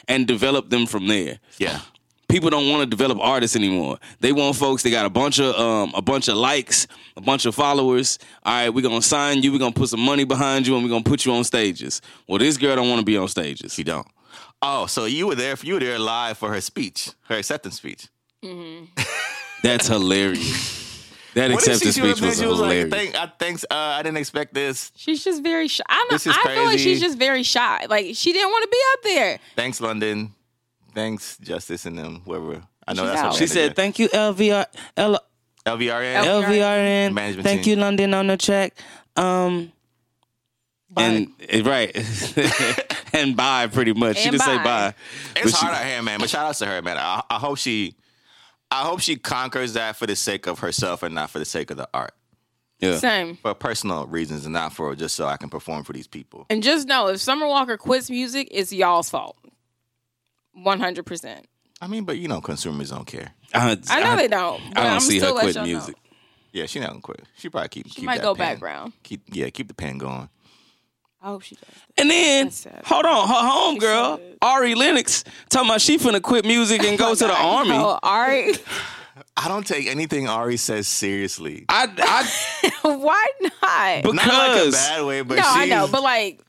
and develop them from there yeah, people don't want to develop artists anymore. They want folks that got a bunch of um, a bunch of likes, a bunch of followers. All right, we're gonna sign you. We're gonna put some money behind you, and we're gonna put you on stages. Well, this girl don't want to be on stages. she don't. Oh, so you were there? You were there live for her speech, her acceptance speech. That's hilarious. That What did she acceptance do up speech there? was She was like, hilarious. "Thank- I thanks. Uh, I didn't expect this. she's just very shy. I'm, I This is feel like crazy. she's just very shy. Like she didn't want to be up there. Thanks, London. Thanks, Justice and them. Whoever I know She's that's out. her she said, manager. "Thank you, LVR, L- LVRN. L- LVRN. Management Thank team. you, London on the track." Um, and eh, right, and bye, pretty much. she And did say bye. bye. it's but she- hard out here, man. But shout out to her, man. I, I hope she, I hope she conquers that for the sake of herself and not for the sake of the art, Yeah. Same. for personal reasons and not for just so I can perform for these people. And just know if Summer Walker quits music, it's y'all's fault. One hundred percent. I mean, but you know, consumers don't care. I, I know they don't. But I don't am see her still let quit y'all know. music. Yeah, she not gonna quit. She probably keep. She keep might that go pen. background. Keep yeah, keep the pen going. Oh, she does. And then, That's sad. hold on, her homegirl, sad. Ari Lennox, talking about she finna quit music and go to the army. Oh, all right. I don't take anything Ari says seriously. I, I, Why Not like a not? because, bad way, but no, she's, I know, but like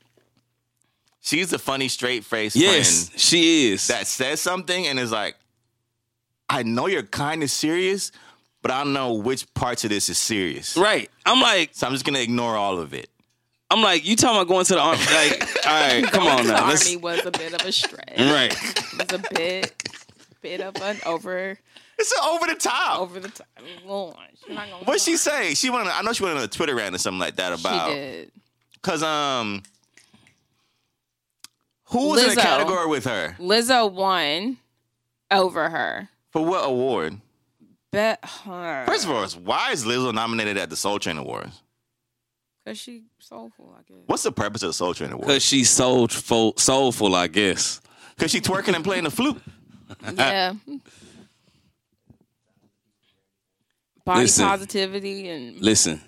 she's the funny, straight face yes, friend she is. that says something and is like, I know you're kind of serious, but I don't know which parts of this is serious. right. I'm like, So I'm just gonna ignore all of it. I'm like, you talking about going to the army? Like, all right, come on the now. army Let's, was a bit of a stretch. right. It was a bit, bit of an over, It's over the top. over the top. Launch. I'm not gonna What'd she lie. say? She went. On, I know she went on a Twitter rant or something like that She about did. because um, Who was in the Lizzo. category with her? Lizzo won over her. For what award? Bet her. First of all, it's- why is Lizzo nominated at the Soul Train Awards? Because she soulful, I guess. What's the purpose of the Soul Train Awards? Cause she's soulful, soulful, I guess. Because she twerking and playing the flute. Yeah. Body Listen. positivity and Listen,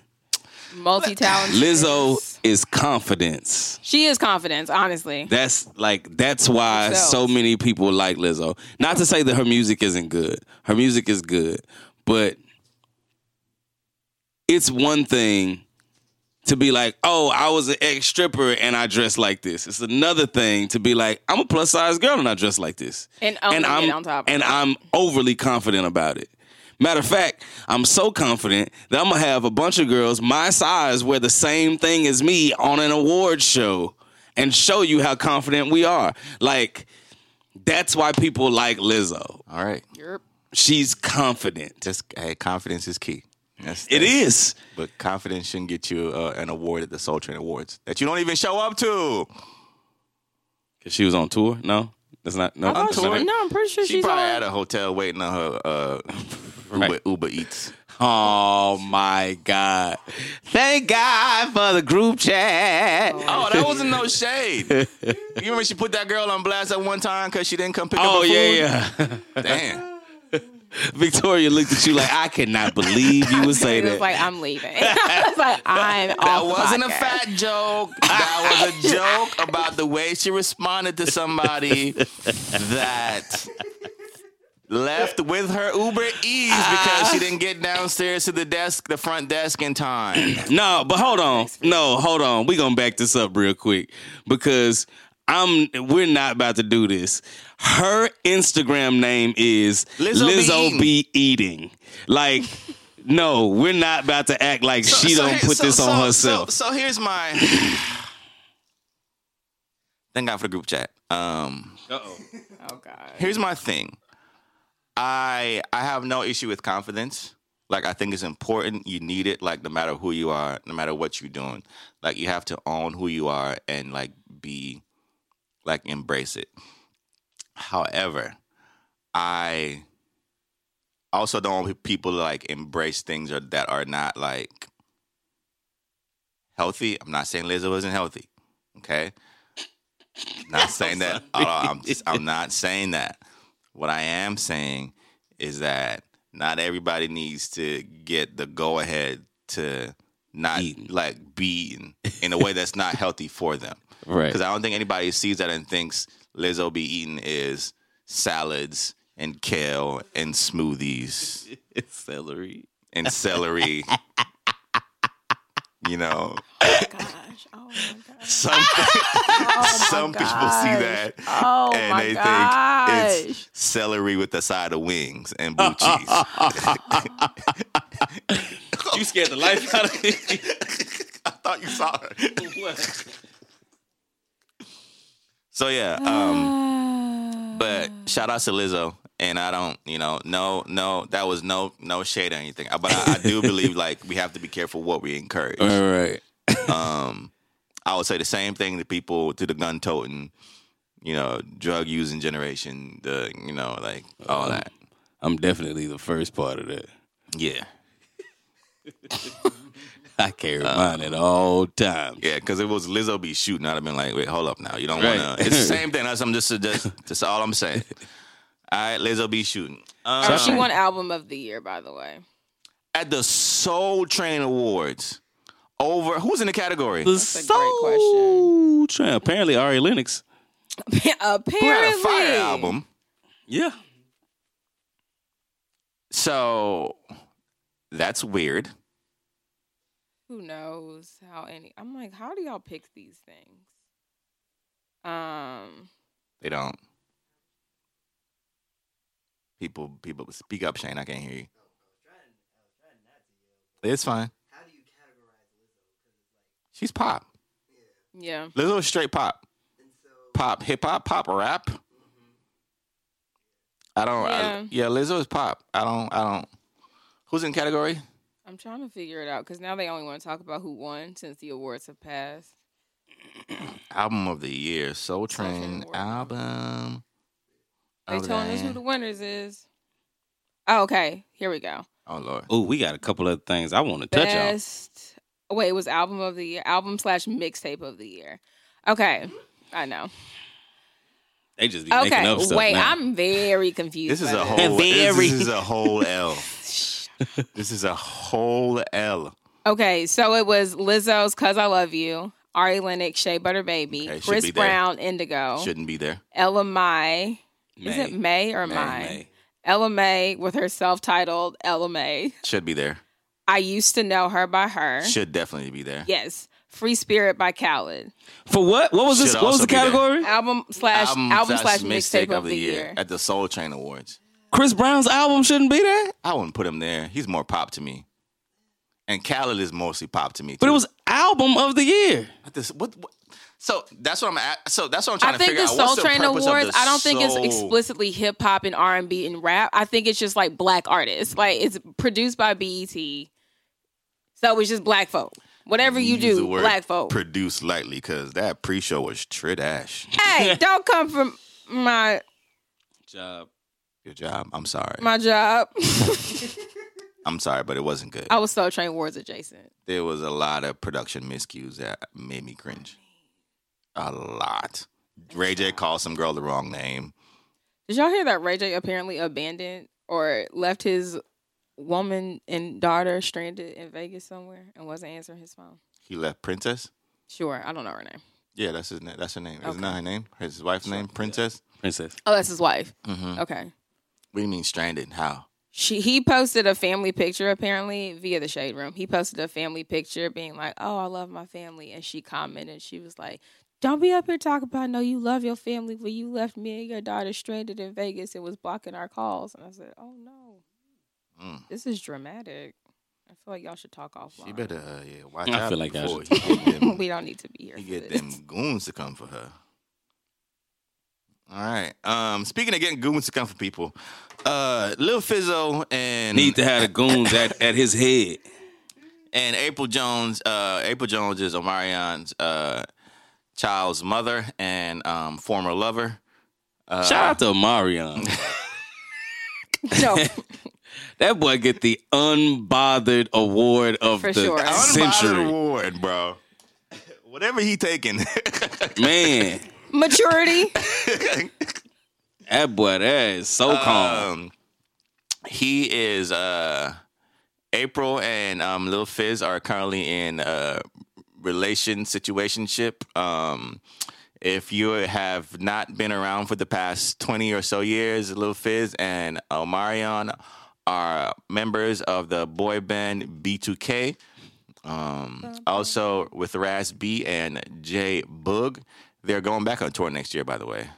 multi talent. Lizzo is confidence. She is confidence, honestly. That's like that's why Herself. so many people like Lizzo. Not to say that her music isn't good. Her music is good, but it's one thing to be like, "Oh, I was an ex stripper and I dressed like this." It's another thing to be like, "I'm a plus size girl and I dress like this." And owning and it I'm on top of and it. I'm overly confident about it. Matter of fact, I'm so confident that I'm gonna have a bunch of girls my size wear the same thing as me on an award show and show you how confident we are. Like that's why people like Lizzo. All right. You're- She's confident. Just hey, confidence is key. That's, It that's- is. But confidence shouldn't get you uh, an award at the Soul Train Awards that you don't even show up to. Cause she was on tour. No, that's not. No, Oh, that's she- not it. no, I'm pretty sure She she's probably on- at a hotel waiting on her uh, Right. Uber, Uber Eats. Oh my God! Thank God for the group chat. Oh, that wasn't no shade. you remember she put that girl on blast at one time because she didn't come pick Oh up her food? yeah, yeah. yeah. Damn. Victoria looked at you like I cannot believe you would say It that. was like, I'm leaving. I was like, I'm That off the wasn't a podcast. fat joke. That was a joke about the way she responded to somebody that left with her Uber Eats because she didn't get downstairs to the desk, the front desk in time. no, but hold on. No, hold on. We gonna back this up real quick because I'm. We're not about to do this. Her Instagram name is Lizzo Lizzo, Be be, eating. Like, no, we're not about to act like So- she so don't here- put so- this on so- herself. So, so here's my. Thank God for the group chat. Um, Oh, God. here's my thing. I I have no issue with confidence. Like I think it's important. You need it. Like no matter who you are, no matter what you're doing, like you have to own who you are and like be, like embrace it. However, I also don't want people to like embrace things or that are not like healthy. I'm not saying Lizzo isn't healthy. Okay. Not saying that. at all. I'm, just, I'm not saying that. What I am saying is that not everybody needs to get the go ahead to not Eating. like be eaten in a way that's not healthy for them. Right. Because I don't think anybody sees that and thinks Lizzo be eating is salads and kale and smoothies It's celery. and celery. you know, Gosh. Oh, my gosh. some some people see that Oh, and my they gosh. think it's celery with a side of wings and blue cheese. You scared the life out of me. I thought you saw her. So yeah, um, but shout out to Lizzo, and I don't, you know, no, no, that was no, no shade or anything. Uh, But I, I do believe like we have to be careful what we encourage. All right. Um, I would say the same thing to people to the gun toting, you know, drug using generation, the you know, like all that. Um, I'm definitely the first part of that. Yeah, I carry mine at all times. yeah, because it was Lizzo be shooting. I'd have been like, wait, hold up now, you don't Right. want to. It's the same thing. That's I'm just just that's all I'm saying. All right, Lizzo be shooting. Um, Oh, she won album of the year, by the way. at the Soul Train Awards over who's in the category? That's a great question. Train. Apparently, Ari Lennox. Apparently, Who had a fire album? Yeah. So that's weird. Who knows how any? I'm like, how do y'all pick these things? Um, They don't. People, people, speak up, Shane. I can't hear you. It's fine. She's pop. yeah, Lizzo's straight pop. Pop, hip hop, pop, rap. I don't. Yeah. Yeah. I, yeah, Lizzo is pop. I don't. I don't. Who's in category? I'm trying to figure it out because now they only want to talk about who won since the awards have passed. album of the year, Soul Train Train Award. album. They of the telling us who year. the winners is. Oh, okay, here we go. Oh Lord, Oh, we got a couple of things I want to touch on. Best. Wait, it was album of the year, album slash mixtape of the year. Okay, I know. They just be making Okay, up stuff wait, now. I'm very confused. this is by a this. whole. This, Very. is a whole L. this is a whole L. Okay, so it was Lizzo's "Cause I Love You," Ari Lennox, "Shea Butter Baby," Okay, should Chris be there. Brown, "Indigo," Shouldn't be there. Ella Mai. Is it May or May, Mai? May. Ella May with her self-titled Ella May. Should be there. I used to know her by her. Should definitely be there. Yes, "Free Spirit" by Khaled. For what? What was Should this? What was also the be there. category? Album slash album, slash mixtape of, the year. at the Soul Train Awards. Chris Brown's album shouldn't be there, I wouldn't put him there. He's more pop to me, and Khaled is mostly pop to me. but it too. was album of the year. What this what, what so that's what I'm at. So that's what I'm trying I to think figure the out. Soul What's the Train purpose of Awards. the I don't think soul- it's explicitly hip hop and R and B and rap. I think it's just like black artists. Like it's produced by BET, so it's just black folk. Whatever you Use the do, word black folk. Produce lightly, because that pre-show was trash. hey, don't come from my Job. Good job. I'm sorry. my job. I'm sorry, but it wasn't good. I was Soul Train Awards adjacent. There was a lot of production miscues that made me cringe. A lot. Ray J called some girl the wrong name. Did y'all hear that Ray J apparently abandoned or left his woman and daughter stranded in Vegas somewhere and wasn't answering his phone? He left Princess. Sure, I don't know her name. Yeah, that's his name. That's her name. Okay. Isn't that her name? His wife's name, Princess. Princess. Oh, that's his wife. Mm-hmm. Okay. What do you mean stranded? How? she he posted a family picture apparently via the shade room. He posted a family picture being like, "Oh, I love my family," and she commented, she was like, "Don't be up here talking about no, you love your family when you left me and your daughter stranded in Vegas. It was blocking our calls." And I said, "Oh no, Mm. this is dramatic. I feel like y'all should talk offline. She better, uh, yeah, watch I out feel like I before should- he get them- we don't need to be here. You for get this. them goons to come for her. All right. Um, speaking of getting goons to come for people, uh, Lil Fizzo and Need to have the goons at, at his head. and April Jones. Uh, April Jones is Omarion's uh, child's mother and um, former lover. Uh, Shout out to Marion. no, that boy get the unbothered award of For the sure. Unbothered century. Award, bro. Whatever he taking. Man, maturity. that boy that is so calm. Um, he is uh, April and um, Lil Fizz are currently in a relation situationship. Um, if you have not been around for the past twenty or so years, Lil Fizz and Omarion are members of the boy band B2K. Um, also with Raz B and J Boog, they're going back on tour next year. By the way,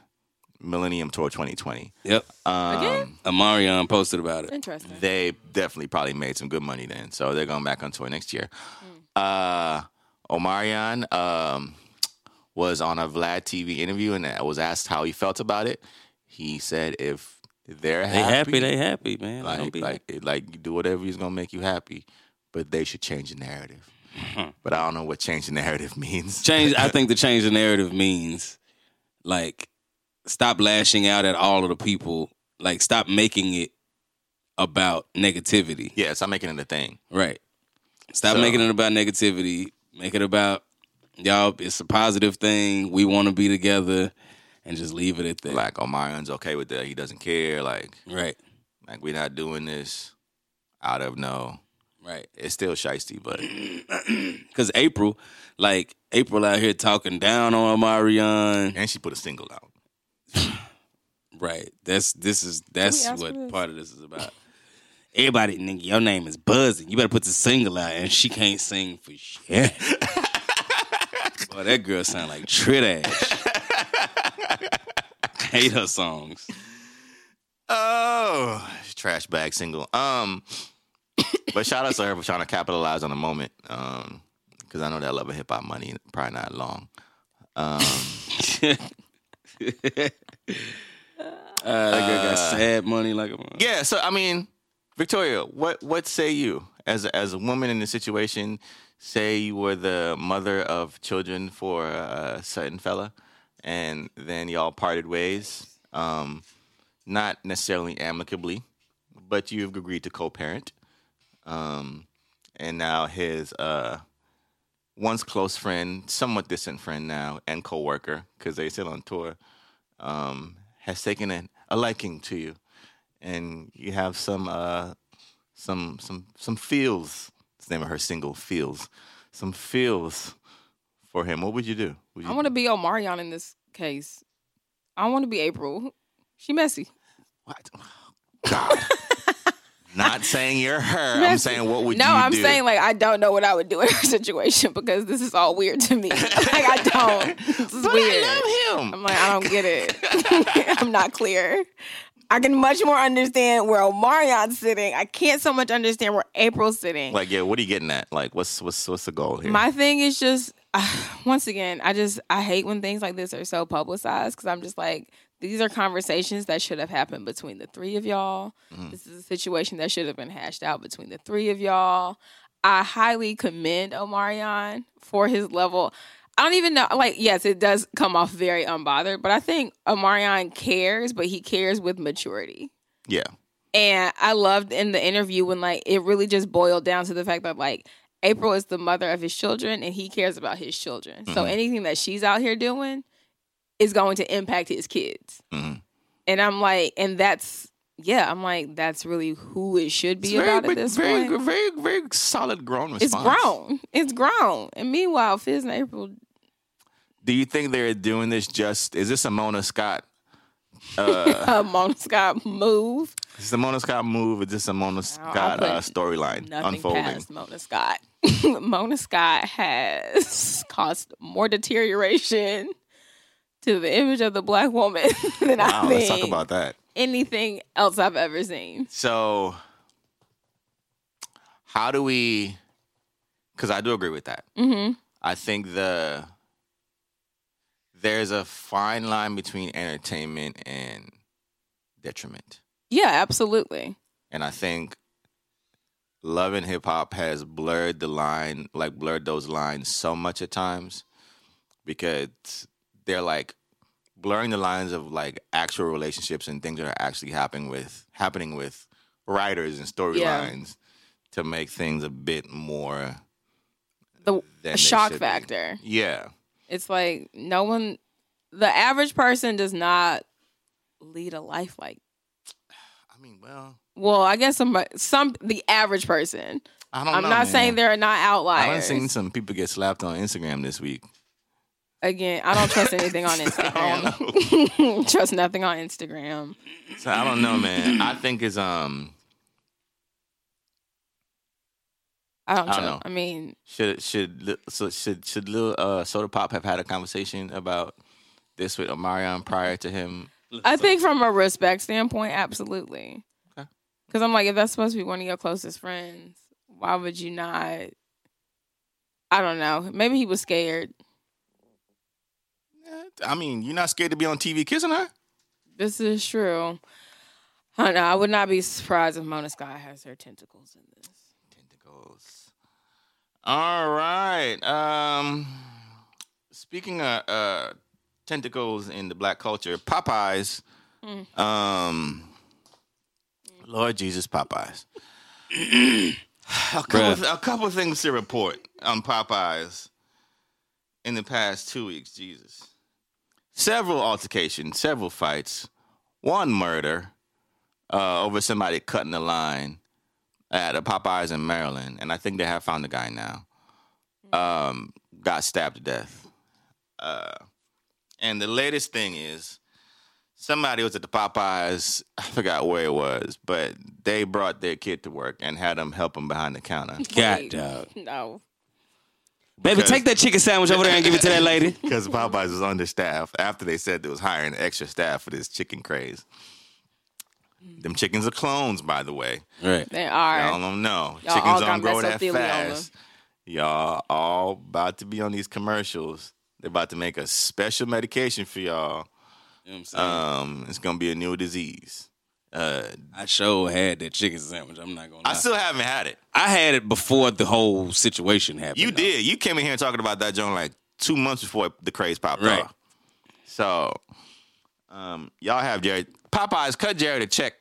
Millennium Tour 2020. Yep. Um, Again? Amarion posted about it. Interesting. they definitely probably made some good money then. So they're going back on tour next year. Uh, Omarion um, was on a Vlad TV interview and was asked how he felt about it. He said, if they're They happy, they happy, man. Don't like, be- like, it- like, you do whatever is going to make you happy, but they should change the narrative. But I don't know what change the narrative means. Hmm. change I think the change the narrative means like stop lashing out at all of the people. Like stop making it about negativity. yeah, so I'm making it a thing. Right. Stop So- making it about negativity. Make it about y'all. It's a positive thing. We want to be together, and just leave it at that. Like, Omarion's okay with that. He doesn't care. Like, Right. like we're not doing this out of no. Right. It's still shisty, but Because April, like April, out here talking down on Marion. and she put a single out. Right. That's this is that's ask what for this? part of this is about. Everybody, nigga, your name is buzzing. You better put the single out, and she can't sing for shit. Boy, that girl sound like trit ass. Hate her songs. Oh, trash bag single. Um, but shout out to her for trying to capitalize on the moment. Um, because I know that love of hip hop money probably not long. Um, Uh, that girl got sad money like a yeah. So I mean, Victoria, what what say you as a, as a woman in this situation? say you were the mother of children for a certain fella, and then y'all parted ways, um, not necessarily amicably, but you've agreed to co-parent, um, and now his uh, once close friend, somewhat distant friend now, and coworker, because they still on tour, um, has taken an, a liking to you, and you have some uh, some some some feels. It's the name of her single feels, some feels for him. What would you do? Would you, I want to be Omarion in this case. I want to be April. She messy. What? Oh, God. Not saying you're her. I'm Messy. saying what would no, you I'm do? saying like I don't know what I would do in her situation because this is all weird to me. like I don't. This is but weird. I love him. I'm like, I don't get it. I'm not clear. I can much more understand where Omarion's sitting. I can't so much understand where April's sitting. Like, yeah, what are you getting at? Like, what's what's what's the goal here? My thing is just once again, I just I hate when things like this are so publicized because I'm just like these are conversations that should have happened between the three of y'all. This is a situation that should have been hashed out between the three of y'all. I highly commend Omarion for his level. I don't even know. Like, yes, it does come off very unbothered, but I think Omarion cares, but he cares with maturity. yeah, And I loved in the interview when like it really just boiled down to the fact that like April is the mother of his children and he cares about his children. So Mhm. anything that she's out here doing is going to impact his kids. Mhm. And I'm like, and that's yeah, I'm like, that's really who it should be about at this very, point. very, very solid grown It's response. grown. It's grown. And meanwhile, Fizz and April Do you think they're doing this just? Is this a Mona Scott? Uh, uh, Mona Scott move. is this a Mona Scott move? Is this a Mona Scott put uh, storyline Nothing unfolding? past Mona Scott. Mona Scott has caused more deterioration to the image of the black woman than I Wow, let's think talk about that. anything else I've ever seen. So, how do we? Because I do agree with that. hmm I think the there's a fine line between entertainment and detriment. Yeah, absolutely. And I think love and hip hop has blurred the line, like blurred those lines so much at times because they're like blurring the lines of like actual relationships and things that are actually happening with happening with writers and storylines to make things a bit more The than they shock should be. factor. Yeah. It's like no one, the average person does not lead a life like. I mean, well, Well, I guess some, some the average person. I don't I'm know. not man. saying there are not I outliers. haven't seen some people get slapped on Instagram this week. Again, I don't trust anything on I Instagram. trust nothing on Instagram. So I don't know, man. I think it's um I don't, I I don't know. I mean, should should Lil- so should should Lil uh, Soda Pop have had a conversation about this with Omarion prior to him? I think from a respect standpoint, absolutely. Okay. Because I'm like, if that's supposed to be one of your closest friends, why would you not? I don't know. Maybe he was scared. I mean, you're not scared to be on TV kissing her. This is true. I don't know. I would not be surprised if Mona Scott has her tentacles in this. Tentacles. All right. Um, speaking of uh, tentacles in the black culture, Popeyes. Um, Lord Jesus, Popeyes. a, couple, a couple things to report on Popeyes in the past two weeks. Jesus, several altercations, several fights, one murder uh, over somebody cutting the line at a Popeyes in Maryland, and I think they have found the guy now. Hmm. Um, got stabbed to death. Uh, and the latest thing is somebody was at the Popeyes. I forgot where it was, but they brought their kid to work and had him help him behind the counter God Like, dog. No. Baby, Because- take that chicken sandwich over there and give it to that lady. because Popeyes was understaffed after they said they was hiring extra staff for this chicken craze. Hmm. Them chickens are clones, by the way. Right. They are. Y'all don't know. Y'all all Chickens got don't grow that mesothelioma. fast. Y'all all about to be on these commercials. They're about to make a special medication for y'all. Mm. You know what I'm saying? Um, it's gonna be a new disease. Uh, I sure had that chicken sandwich. I'm not gonna. I lie. still haven't had it. I had it before the whole situation happened. You though. did. You came in here talking about that joint like two months before the craze popped Right. off. So, um, y'all have Jared Popeyes cut Jared a check.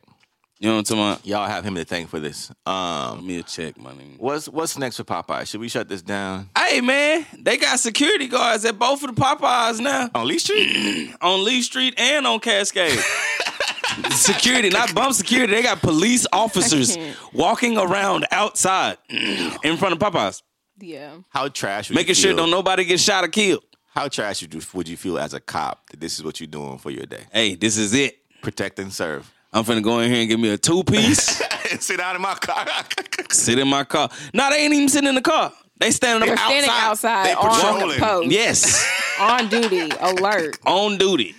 You know what I'm talking Y'all have him to thank for this. about? Um, Give me a check, my nigga. what's what's next for Popeyes? Should we shut this down Hey man, they got security guards at both of the Popeyes now. on Lee Street? on Lee Street and on Cascade. security, not bump security. They got police officers I can't. walking around outside in front of Popeyes, Yeah. How trash? Would making you sure feel- don't nobody get shot or killed. How trash would you, would you feel as a cop that this is what you're doing for your day? Hey, this is it. Protect and serve. I'm finna go in here and give me a two piece. Sit down in my car. sit in my car. No, they ain't even sitting in the car. They standing They're up outside. standing outside They on the patrolling. post. Yes, On duty. Alert. on duty.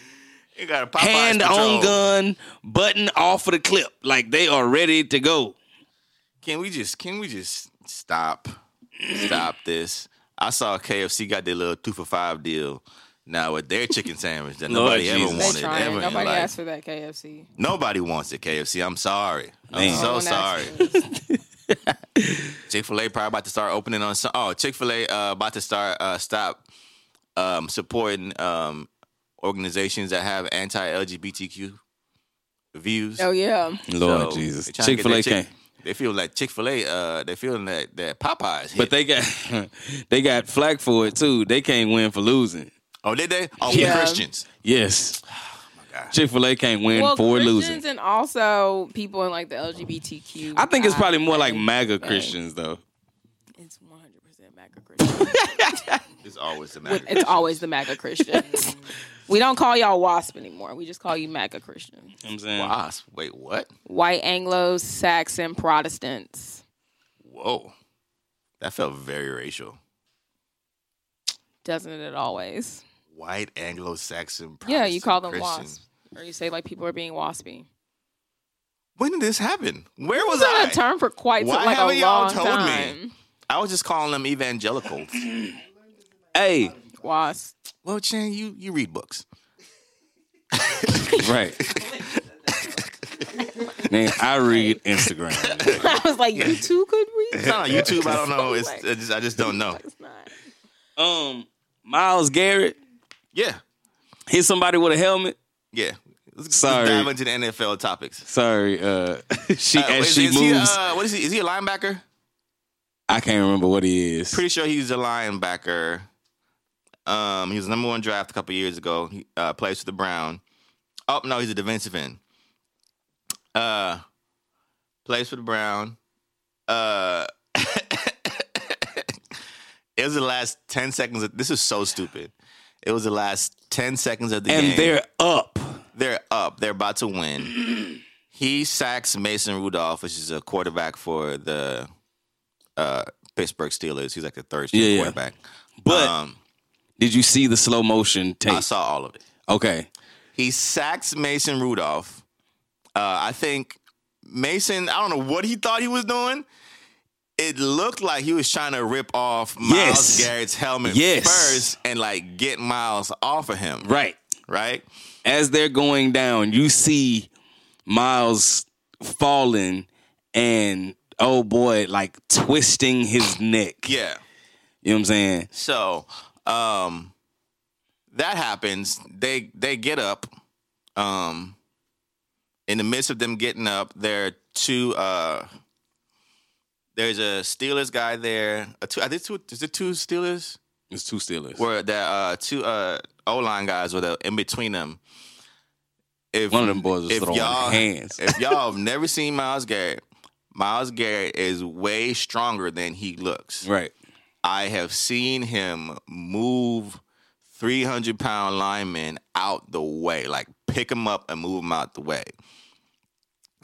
you got a Popeyes Hand patrol. on gun, button off of the clip. Like they are ready to go. Can we just can we just stop stop this? I saw KFC got their little two for five deal now with their chicken sandwich that Lord nobody ever Jesus. They wanted. Ever trying. in Nobody life. asked for that KFC. Nobody wants it, KFC. I'm sorry. Man. I'm so Someone sorry. asked for it. Chick Fil A probably about to start opening on. Sun- Oh, Chick Fil A uh, about to start uh, stop um, supporting um, organizations that have anti LGBTQ views. Oh yeah. Lord So, Jesus. they trying Chick to get Fil their A chick- came. They feel like Chick Fil A. Uh, they feeling that that Popeyes. But But they got they got flack for it too. They can't win for losing. oh, did they? Oh, Yeah. we Christians. Yes. Chick fil A can't win Well, for Christians losing. and also people in like the LGBTQ. I think it's probably more like MAGA Right. Christians though. It's 100% MAGA Christian. It's always the matter. With- it's always the MAGA Christians. we don't call y'all WASP anymore. We just call you MAGA Christian. You know what I'm saying Wasp. Wait, what? White Anglo Saxon Protestants. Whoa, that felt very racial. Doesn't it always? White Anglo-Saxon. yeah, you Protestant call them Christian. WASP. Or you say like people are being waspy. When did this happen? Where was It's not I? a term for quite Why so, like haven't a y'all long told me? time. I was just calling them evangelicals. Hey, WASP. well, Chan, you you read books. right. Man, I read Instagram. I was like, you two could read. It's not on YouTube. I don't know. It's Like- I just, I just don't know. It's not. um, Miles Garrett Yeah, hit somebody with a helmet. yeah. Let's, Sorry. let's dive into the NFL topics. Sorry, uh, she Uh, as is- she is moves. he, uh, what is he? Is he a linebacker? I can't remember what he is. Pretty sure he's a linebacker. Um, he was number one draft a couple years ago. He uh, plays for the Brown. Oh no, he's a defensive end. Uh, plays for the Brown. Uh, it was the last ten seconds. Of, this is so stupid. It was the last ten seconds of the and game. they're up. They're up. They're about to win. he sacks Mason Rudolph, which is a quarterback for the uh, Pittsburgh Steelers. He's like the third string Yeah, yeah. quarterback. But- um, Did you see the slow motion I tape? saw all of it. Okay. He sacks Mason Rudolph. Uh, I think Mason. I don't know what he thought he was doing. It looked like he was trying to rip off Miles Yes. Garrett's helmet Yes. first and like get Miles off of him. Right. right? as they're going down, you see Miles falling and oh boy, like twisting his neck. Yeah. You know what I'm saying? So, um, that happens. They they get up. Um, in the midst of them getting up, there are two. Uh, there's a Steelers guy there. A two, I think two. Is it two Steelers? It's two Steelers. Where the uh, two uh, O line guys were the, in between them. If One of them boys was if throwing y'all- hands. if y'all have never seen Miles Garrett, Miles Garrett is way stronger than he looks. Right. I have seen him move 300 pound linemen out the way, like pick them up and move them out the way.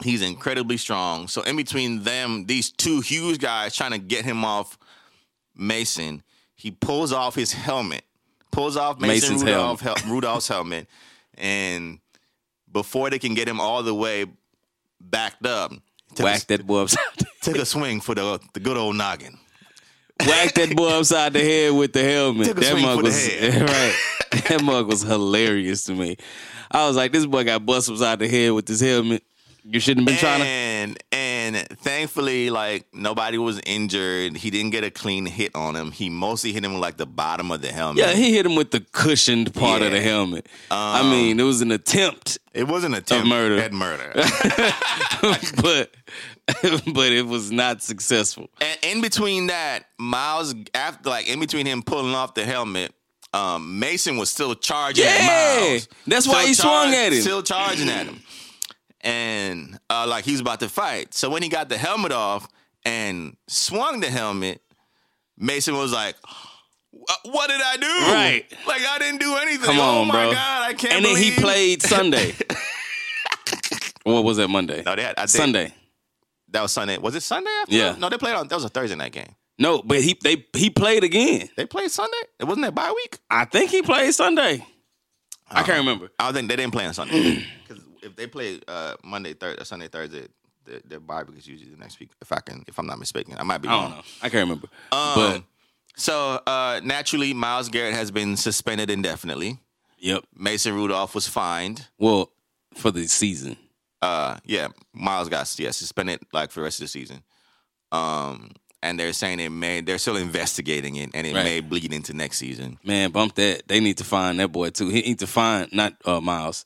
He's incredibly strong. So, in between them, these two huge guys trying to get him off Mason, he pulls off his helmet, pulls off Mason Mason's Rudolph, hel- Rudolph's helmet, and before they can get him all the way backed up, took, Whack a, that boy upside took a swing for the, the good old noggin. Whack that boy upside the head with the helmet. Took a that swing mug for the was head. right. That mug was hilarious to me. I was like, this boy got bust upside the head with this helmet. You shouldn't have been trying to. and and thankfully, like nobody was injured. He didn't get a clean hit on him. He mostly hit him with like the bottom of the helmet. Yeah, he hit him with the cushioned part of the Yeah. Um. helmet. I mean, it was an attempt, it wasn't an attempt murder. at murder. but but it was not successful. And in between that, Miles after like in between him pulling off the helmet, um, Mason was still charging Yeah! at Miles. That's why he swung at him. Still charging at him. And uh, like he was about to fight. So when he got the helmet off and swung the helmet, Mason was like, "Wh- "What did I do? Right. Like I didn't do anything. Come oh on, my bro. god, I can't." and then he believe-" played Sunday. what was that Monday? No, they had I think Sunday. That was Sunday. Was it Sunday? After Yeah. No, they played on. That was a Thursday night game. No, but he they he played again. They played Sunday. It wasn't that bye week. I think he played Sunday. I Uh-huh. can't remember. I don't think they didn't play on Sunday because if they play uh, Monday, Thursday, Sunday, Thursday, their, their bye week is usually the next week. If I can, if I'm not mistaken, I might be I wrong. don't know. I can't remember. Um, but so uh, naturally, Miles Garrett has been suspended indefinitely. yep. Mason Rudolph was fined. Well, for the season. Uh, yeah, Miles got yeah suspended like for the rest of the season. Um, and they're saying it may they're still investigating it, and it Right. may bleed into next season. Man, bump that. They need to find that boy too. He need to find not uh, Miles.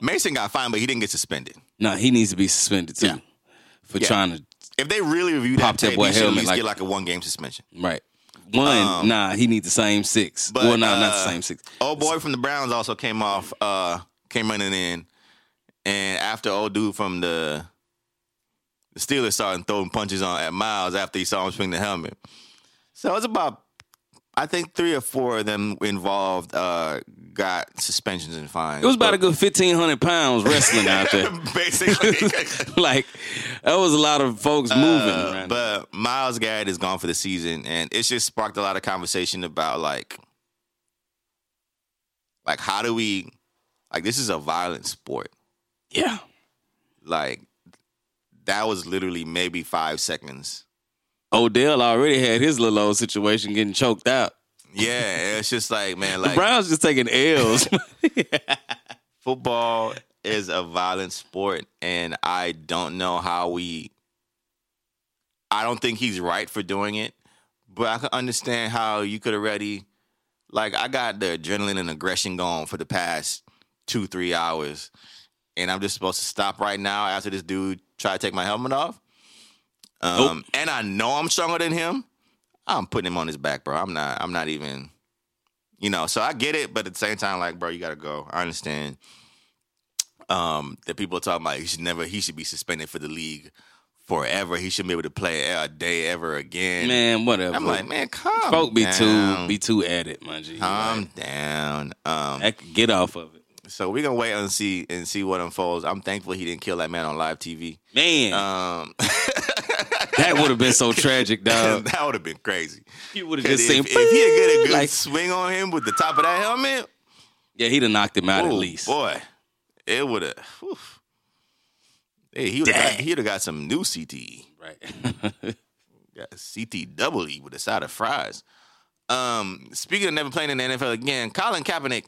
Mason got fined, but he didn't get suspended. No, he needs to be suspended too Yeah. for Yeah. trying to If they really review that, Pop that tape, boy he should at helmet least like- get like a one game suspension. right. One, Um, nah, he needs the same six. But, well, no, not the uh, same six. Old boy from the Browns also came off, uh, came running in, and after old dude from the the Steelers started throwing punches on at Miles after he saw him swing the helmet. So it was about, I think three or four of them involved uh, got suspensions and fines. It was about a good fifteen hundred pounds wrestling out there. basically. like that was a lot of folks moving. Uh, around. but Miles Garrett is gone for the season, and it's just sparked a lot of conversation about like, like how do we, like this is a violent sport. yeah, Like that was literally maybe five seconds. Odell already had his little old situation getting choked out. Yeah, it's just like man, the like Browns just taking L's. football is a violent sport, and I don't know how we. I don't think he's right for doing it, but I can understand how you could already, like, I got the adrenaline and aggression going for the past two, three hours, and I'm just supposed to stop right now after this dude try to take my helmet off. Um, and I know I'm stronger than him. I'm putting him on his back, bro. I'm not. I'm not even. You know, so I get it, but at the same time, like, bro, you gotta go. I understand um, that people are talking about he should never he should be suspended for the league forever. He shouldn't be able to play a day ever again. man, whatever. I'm like, man, calm folk be too down. be too at it, my G. calm down. Um, Like, I could get off of it, so we're gonna wait and see and see what unfolds. I'm thankful he didn't kill that man on live TV. man. Um, that would have been so tragic, dog. that would have been crazy. You would have 'Cause just seen. if, if he had get a good like, swing on him with the top of that helmet, yeah, he'd have knocked him out oh, at least. boy, it would have. Hey, he would have he would have got some new E. CTE. Right. Got a CTE E with a side of fries. Um, speaking of never playing in the NFL again, Colin Kaepernick.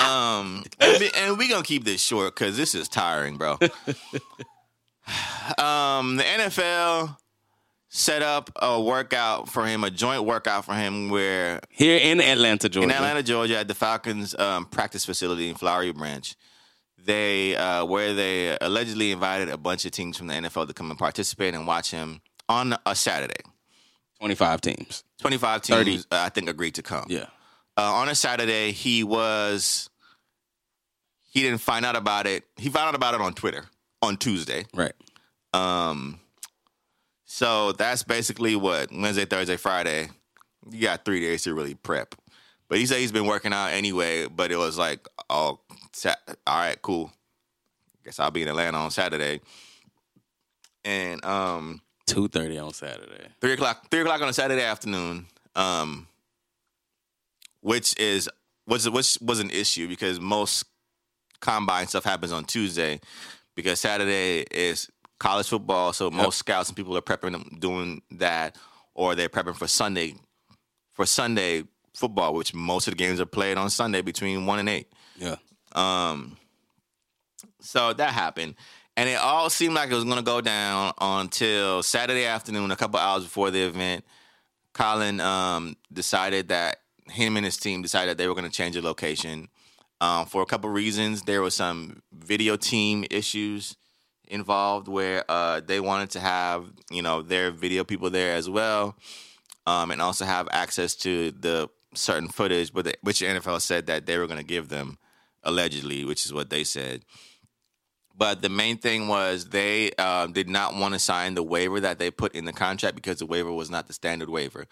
um, and we- and we're gonna keep this short because this is tiring, bro. um, the NFL set up a workout for him, a joint workout for him, where Here in Atlanta, Georgia. in Atlanta, Georgia, at the Falcons um, practice facility in Flowery Branch. They uh, where they allegedly invited a bunch of teams from the NFL to come and participate and watch him on a Saturday. twenty-five teams. Twenty five teams, 30. uh, I think, agreed to come. Yeah. Uh, on a Saturday, he was. He didn't find out about it. He found out about it on Twitter on Tuesday. Right. Um, so that's basically what Wednesday, Thursday, Friday. You got three days to really prep. But he said he's been working out anyway. But it was like, oh, sa- all right, cool. Guess I'll be in Atlanta on Saturday. And um, Two thirty on Saturday. three o'clock, three o'clock on a Saturday afternoon. Um, which is was which was an issue because most combine stuff happens on Tuesday because Saturday is college football, so most scouts and people are prepping them doing that, or they're prepping for Sunday for Sunday football, which most of the games are played on Sunday between one and eight. Yeah. Um, So that happened. And it all seemed like it was going to go down until Saturday afternoon, a couple hours before the event. Colin um, decided that him and his team decided they were going to change the location um, for a couple reasons. There was some video team issues involved where uh, they wanted to have you know their video people there as well, um, and also have access to the certain footage, but the, which the NFL said that they were going to give them allegedly, which is what they said. But the main thing was they um, did not want to sign the waiver that they put in the contract because the waiver was not the standard waiver.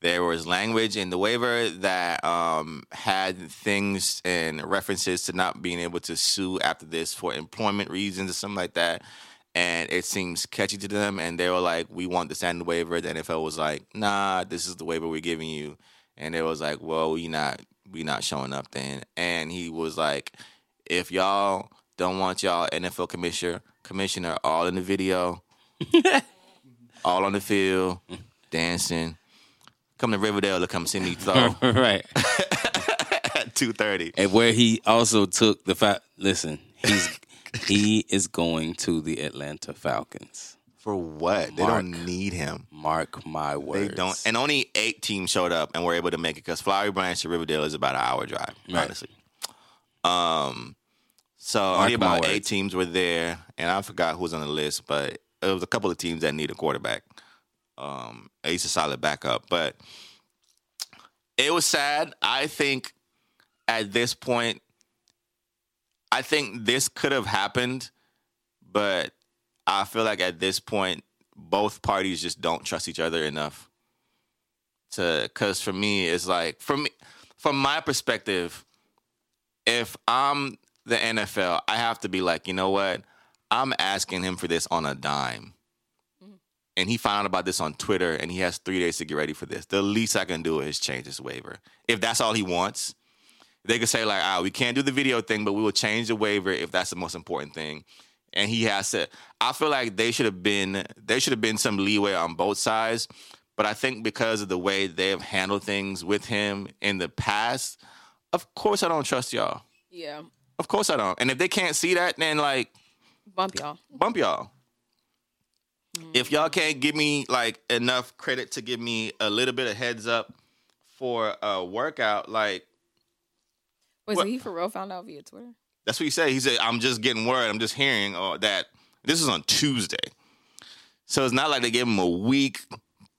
There was language in the waiver that um, had things and references to not being able to sue after this for employment reasons or something like that. And it seems catchy to them. And they were like, we want the standard waiver. The NFL was like, nah, this is the waiver we're giving you. And it was like, well, we not we not showing up then. And he was like, if y'all don't want y'all NFL commissioner commissioner all in the video, all on the field, dancing. Come to Riverdale to come see me throw right. at two thirty. And where he also took the fact. Listen, he's he is going to the Atlanta Falcons. For what? They Mark. don't need him. Mark my words. They don't. And only eight teams showed up and were able to make it because Flowery Branch to Riverdale is about an hour drive, Right. honestly. Um, so Mark only my about words. eight teams were there, and I forgot who was on the list, but it was a couple of teams that need a quarterback. Um, Ace a solid backup, but it was sad. I think at this point, I think this could have happened, but I feel like at this point, both parties just don't trust each other enough. To because for me, it's like from me, from my perspective, if I'm the NFL, I have to be like, you know what? I'm asking him for this on a dime. And he found out about this on Twitter and he has three days to get ready for this. The least I can do is change this waiver. If that's all he wants, they could say, like, ah, we can't do the video thing, but we will change the waiver if that's the most important thing. And he has to I feel like they should have been there should have been some leeway on both sides. But I think because of the way they've handled things with him in the past, of course I don't trust y'all. Yeah. Of course I don't. And if they can't see that, then like Bump y'all. bump y'all. If y'all can't give me like enough credit to give me a little bit of heads up for a workout, like Wait, What? so he for real found out via Twitter? that's what he said. He said, I'm just getting word. I'm just hearing uh, that this is on Tuesday. So it's not like they gave him a week,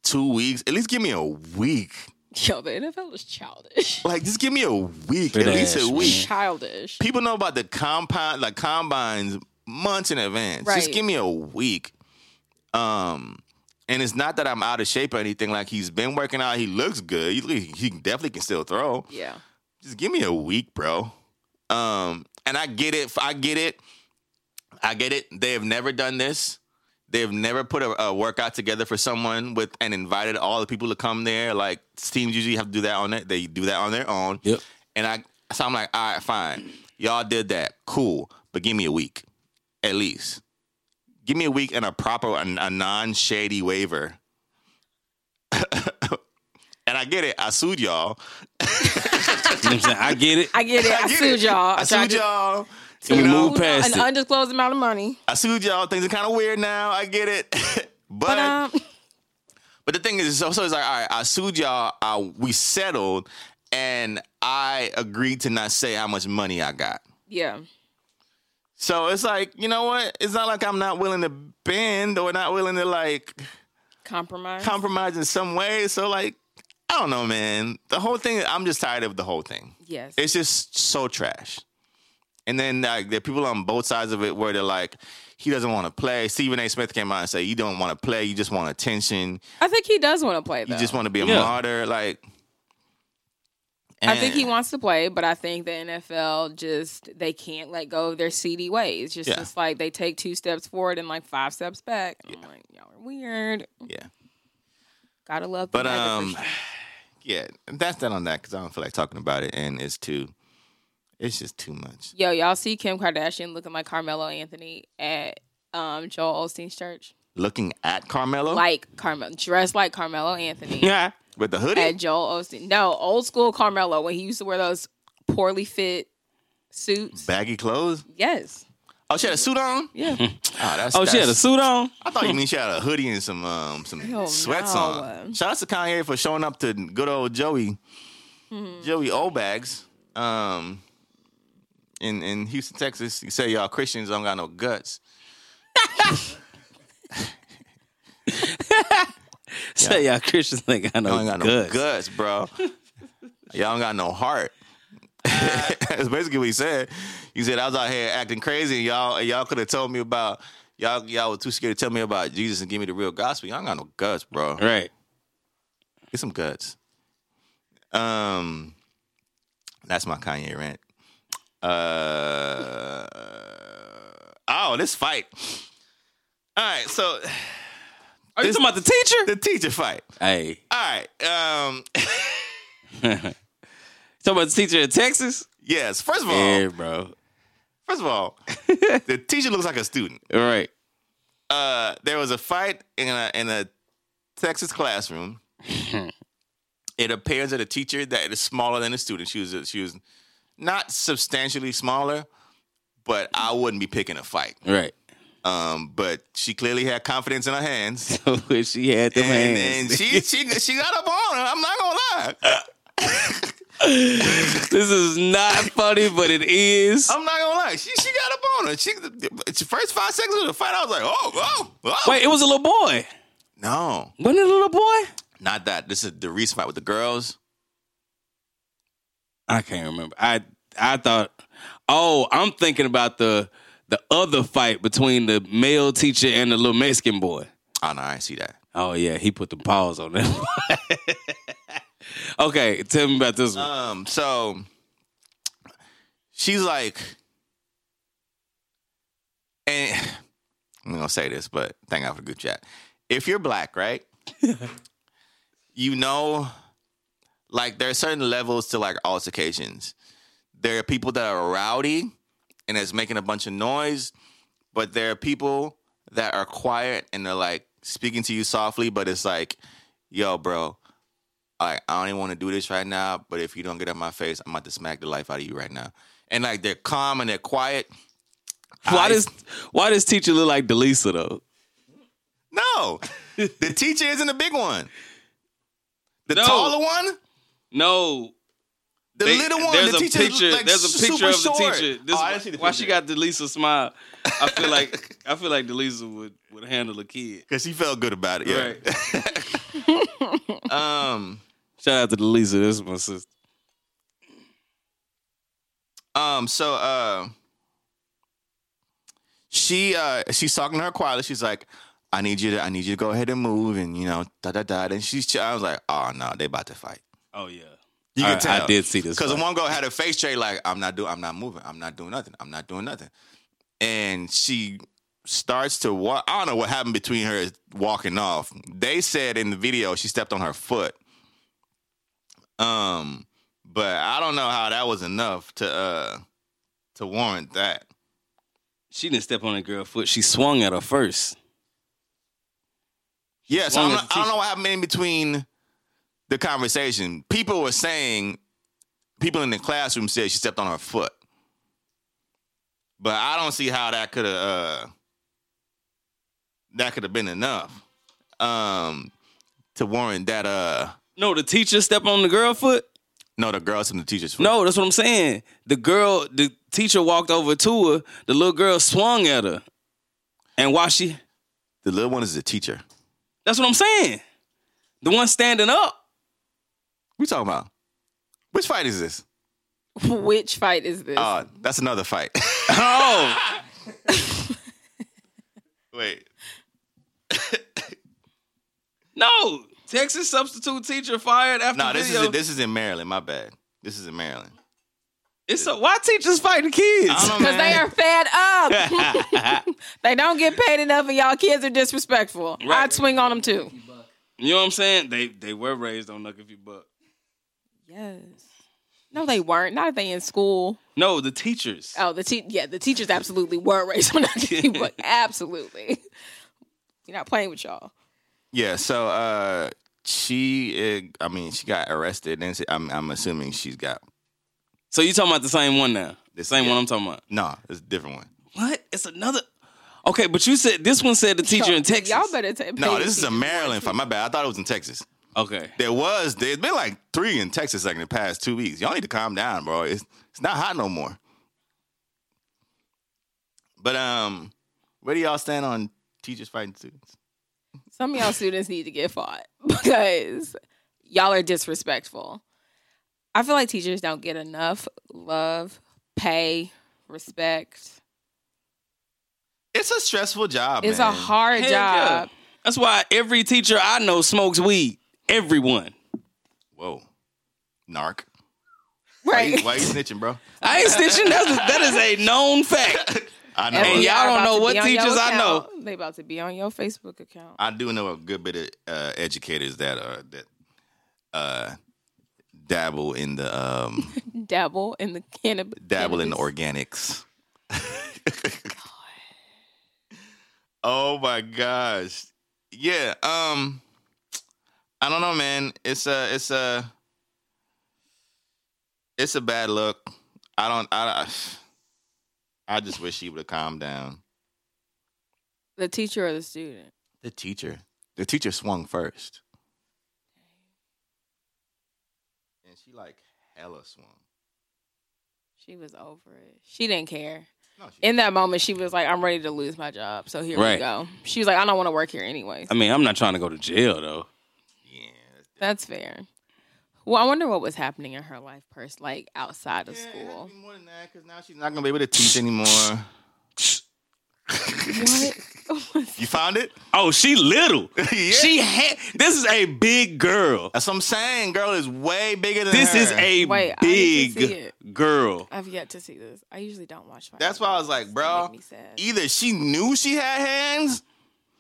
two weeks. At least give me a week. Yo, the NFL is childish. Like just give me a week. Good at least ass, a week. man. childish. people know about the compound like combines months in advance. Just Right. give me a week. Um and it's not that I'm out of shape or anything. Like he's been working out. He looks good. He, he definitely can still throw. Yeah. Just give me a week, bro. Um, and I get it. I get it. I get it. They have never done this. They've never put a, a workout together for someone with and invited all the people to come there. Like teams usually have to do that on it. They do that on their own. Yep. And I so I'm like, all right, fine. Y'all did that. Cool. But give me a week. At least. Give me a week and a proper a, a non-shady waiver. and I get it. I sued y'all. You know what I'm saying? I get it. I get it. I, get sued it. y'all. I tried sued to- y'all. to You move moved on past an it. undisclosed amount of money. I sued y'all. Things are kind of weird now. I get it. but But but, um, the thing is, so, so it's like, all right, I sued y'all. I, we settled, and I agreed to not say how much money I got. yeah, So it's like, you know what? It's not like I'm not willing to bend or not willing to like compromise. compromise in some way. So like, I don't know, man. The whole thing. I'm just tired of the whole thing. yes. It's just so trash. And then like there are people on both sides of it where they're like, he doesn't want to play. Stephen A. Smith came out and said, you don't want to play. You just want attention. I think he does want to play. You Though. just want to be a Yeah. martyr. Like, I think he and- wants to play, but I think the NFL just they can't let go of their seedy ways. Just Yeah. it's like they take two steps forward and like five steps back. And I'm like, y'all are weird. Yeah, Gotta love. the but mega um, person. yeah. That's that on that because I don't feel like talking about it, and it's too, it's just too much. yo, y'all see Kim Kardashian looking like Carmelo Anthony at um Joel Osteen's church, Looking at Carmelo like Carmelo, dressed like Carmelo Anthony. Yeah. with the hoodie. at Joel Osteen. No, old school Carmelo when he used to wear those poorly fit suits. baggy clothes. yes. Oh, she had a suit on. Yeah. Oh, that's, Oh, she had a that's- suit on. I thought you mean she had a hoodie and some um some Hell sweats no. on. Shout out to Kanye for showing up to good old Joey, Joey Obags, um, in in Houston, Texas. You say y'all Christians don't got no guts. Say y'all Christians ain't got Y'all no ain't got guts. no guts, bro. y'all don't got no heart. That's basically what he said. He said I was out here acting crazy, and y'all and y'all could have told me about y'all y'all were too scared to tell me about Jesus and give me the real gospel. Y'all ain't got no guts, bro. Right. Get some guts. Um, that's my Kanye rant. Uh, oh, this fight. All right, so Are you This- talking about the teacher? the teacher fight. Hey, All right, um, talking about the teacher in Texas? yes. First of all, Yeah, bro. first of all, the teacher looks like a student. Right. Uh, there was a fight in a in a Texas classroom. it appears that a teacher that is smaller than a student. She was she was not substantially smaller, but I wouldn't be picking a fight. Right. Um, but she clearly had confidence in her hands, So if she had them and, and hands. she she she got up on her. I'm not gonna lie. this is not funny, but it is. I'm not gonna lie. She she got up on her. She the first five seconds of the fight, I was like, oh, oh, oh. Wait, it was a little boy. no, Wasn't it a little boy? not that. This is the Reese fight with the girls. I can't remember. I I thought, oh, I'm thinking about the the other fight between the male teacher and the little Mexican boy. Oh no, I didn't see that. Oh yeah, he put the paws on that. okay, tell me about this one. Um, so she's like, and I'm gonna say this, but thank God for the group chat. If you're black, right, you know, like there are certain levels to like altercations. There are people that are rowdy and that's making a bunch of noise, but there are people that are quiet and they're like speaking to you softly, but it's like, yo, bro, like I don't even want to do this right now, but if you don't get out my face, I'm about to smack the life out of you right now. And like they're calm and they're quiet. why I- does why does teacher look like Delisa though? No, the teacher isn't the big one. The No. taller one, No, the they- little one. There's the a teacher is, picture. like, there's a super picture of the short. teacher. This oh, I why, didn't see the she got Delisa smile. I feel like I feel like Delisa would would handle a kid. because she felt good about it. Yeah. um. Shout out to Delisa. This is my sister. Um. So. Uh, she uh she's talking to her quietly. She's like, "I need you to I need you to go ahead and move and you know da da da." And she's I was like, "Oh no, they about to fight." Oh yeah. You I, can tell. I did see this. Because fight. one girl had a face trait like, I'm not doing, I'm not moving, I'm not doing nothing, I'm not doing nothing. And she starts to walk. I don't know what happened between her walking off. They said in the video she stepped on her foot. Um, but I don't know how that was enough to uh to warrant that. She didn't step on a girl foot. She swung at her first. Yeah, so I Long don't, as know, the I don't teacher- know what happened in between the conversation. People were saying, people in the classroom said she stepped on her foot, but I don't see how that could have uh, that could have been enough um, to warrant that. Uh, No, the teacher stepped on the girl foot. no, the girls from the teachers. foot. No, that's what I'm saying. The girl, the teacher walked over to her. The little girl swung at her, and while she, the little one is the teacher. that's what I'm saying. The one standing up, We talking about which fight is this? Which fight is this? Uh, that's another fight. oh, Wait, no, Texas substitute teacher fired after no, this video. is this is in Maryland. My bad. This is in Maryland. it's a, why teachers fighting kids? I don't know, Because they man. are fed up. they don't get paid enough, and y'all kids are disrespectful. I'd swing on them too. You know what I'm saying? They they were raised on luck if you buck. Yes. No, they weren't. Not if they in school. No, the teachers. Oh, the te- yeah, the teachers absolutely were raised on that but absolutely. You're not playing with y'all. Yeah, so uh she uh, I mean she got arrested and she- I'm I'm assuming she's got So you talking about the same one now? The same Yeah. one I'm talking about. no, it's a different one. What? It's another. Okay, but you said this one said the teacher in Texas. Y'all better take. No, this is a Maryland fight. My bad. I thought it was in Texas. Okay. There was there's been like three in Texas like in the past two weeks. Y'all need to calm down, bro. It's it's not hot no more. But um, where do y'all stand on teachers fighting students? Some of y'all students need to get fought because y'all are disrespectful. I feel like teachers don't get enough love, pay, respect. It's a stressful job. It's man. a hard Oh, Hell yeah. job. That's why every teacher I know smokes weed. Everyone. Whoa, narc. Why you, Right. why you snitching, bro? I ain't snitching. That's that is a known fact. I And know. Everyone y'all don't about know to what be on your teachers I know. account. They about to be on your Facebook account. I do know a good bit of uh, educators that are that uh, dabble in the um, Dabble in the cannabis. dabble in the cannabis. organics. oh my gosh. Yeah, um I don't know, man. It's a it's a it's a bad look. I don't I I just wish she would have calmed down. The teacher or the student. The teacher. The teacher swung first. And she like hella swung. She was over it. She didn't care. No, she In that moment, she was like, "I'm ready to lose my job, so here Right. we go." She was like, "I don't want to work here anyway." I mean, I'm not trying to go to jail though. yeah. that's different. That's fair. Well, I wonder what was happening in her life, first, like outside of Yeah, it had to school. be more than that, 'cause now she's not gonna be able to teach anymore. What? You found it? Oh, she little. Yeah. She had. This is a big girl. That's what I'm saying. Girl is way bigger than This her. is a Wait, I need to see big it. girl. I've yet to see this. I usually don't watch. Fire That's why I was like, bro. Either she knew she had hands,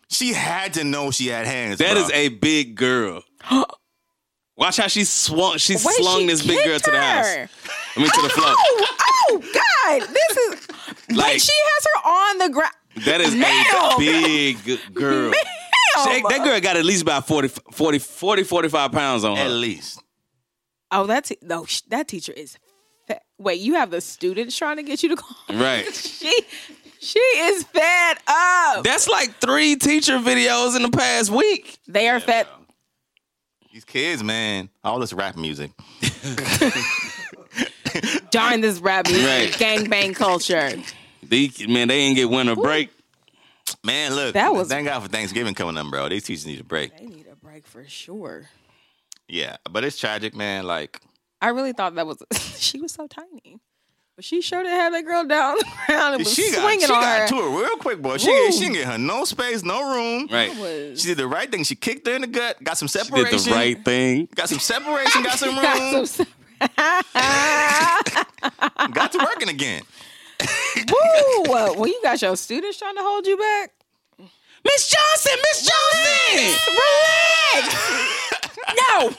she had to know she had hands. That bro. is a big girl. Watch how she swung. She slung this big girl to the house. I mean, to the floor. Oh, oh God! This is Like like she has her on the ground. that is a Ma'am. big girl. That, that girl got at least about 40, 40, 40, 45 pounds on at her. least. Oh, that's no. sh- That teacher is. Fat. Wait, you have the students trying to get you to call. Right. She, she is fed up. That's like three teacher videos in the past week. They are fed. These kids, man, all this rap music. Darn this rap Right. music, gangbang culture. These man, they ain't get winter break. Man, look. That was- thank God for Thanksgiving coming up, bro. These teachers need a break. They need a break for sure. Yeah, but it's tragic, man. Like, I really thought that was she was so tiny, but she sure did have that girl down on the ground and was she got swinging she on got her. to her real quick, boy. She Woo. she didn't get her no space, no room. Right. That was- She did the right thing. She kicked her in the gut. Got some Did separation. the right thing. Got some separation. Got some Got room. some- got to working again. Woo! Well, you got your students trying to hold you back. Miss Johnson, Miss Johnson. Relax. No,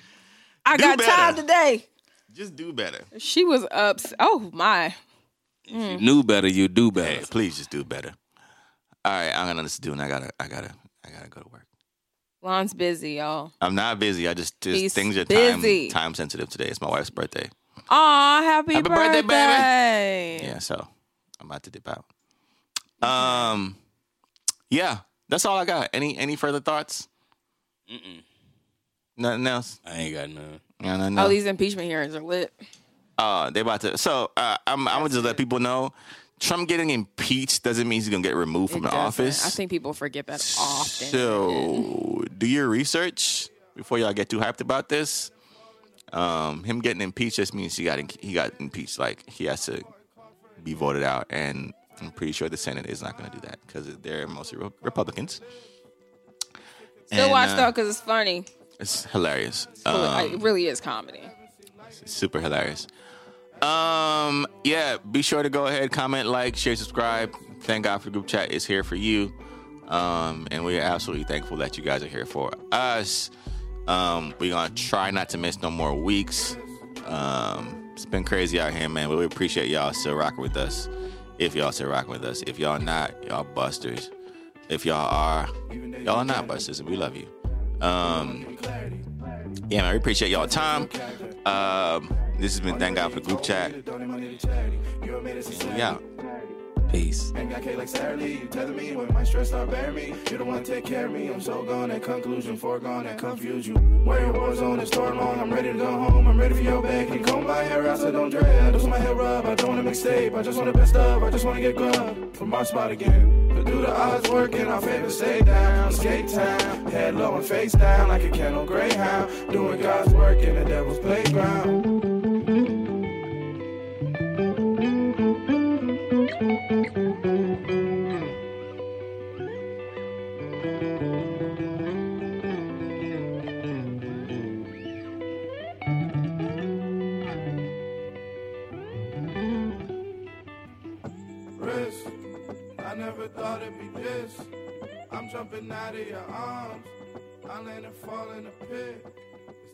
I got better. time today. Just do better. She was ups. Oh my! Hmm. If you knew better, you do better. Hey, please just do better. All right, I'm gonna listen to, and I gotta, I gotta, I gotta go to work. Lon's busy, y'all. I'm not busy. I just, just He's things are busy. time time sensitive today. It's my wife's birthday. Aw, happy, Happy birthday, birthday, baby. Yeah, so I'm about to dip out. Um, yeah, that's all I got. Any any further thoughts? Mm-mm. Nothing else. I ain't got none. No, no, no. Oh, these impeachment hearings are lit. Uh, they about to. So uh, I'm, I'm gonna just let people know. Trump getting impeached doesn't mean he's gonna get removed from the It doesn't. office. I think people forget that often. So do your research before y'all get too hyped about this. Um, him getting impeached just means he got he got impeached. Like he has to be voted out, and I'm pretty sure the Senate is not going to do that because they're mostly re- Republicans. Still And, watch uh, though, cause it's funny. It's hilarious. Well, Um, it really is comedy. super hilarious. Um, yeah, be sure to go ahead, comment, like, share, subscribe. Thank God for the group chat; it's here for you, um, and we are absolutely thankful that you guys are here for us. Um, we're gonna try not to miss no more weeks. Um, it's been crazy out here, man, but we appreciate y'all still rocking with us. If y'all still rocking with us, if y'all not, y'all busters. If y'all are, y'all are not busters, and we love you. Um, yeah, man, we appreciate y'all time. Um, this has been thank God for the group chat. Don't need my nigga charity. You a medicine Yeah. society. Peace. And got K like Saturday, you tether me when my stress start bearing me. You don't wanna take care of me. I'm so gone at conclusion, foregone at confuse you. Where your war zone is torn long. I'm ready to go home. I'm ready for your back. You comb my hair out, so don't dread. I just want my hair rub. I don't want a mixtape. I just want the best of. I just wanna get grub from my spot again. But do the odds work and I'm finna stay down. Skate town, head low and face down like a kennel greyhound. Doing God's work in the devil's playground. wrist. I never thought it'd be this. I'm jumping out of your arms. I land and fall in a pit.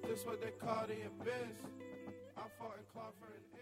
Is this what they call the abyss? I fought and clawed for an inch.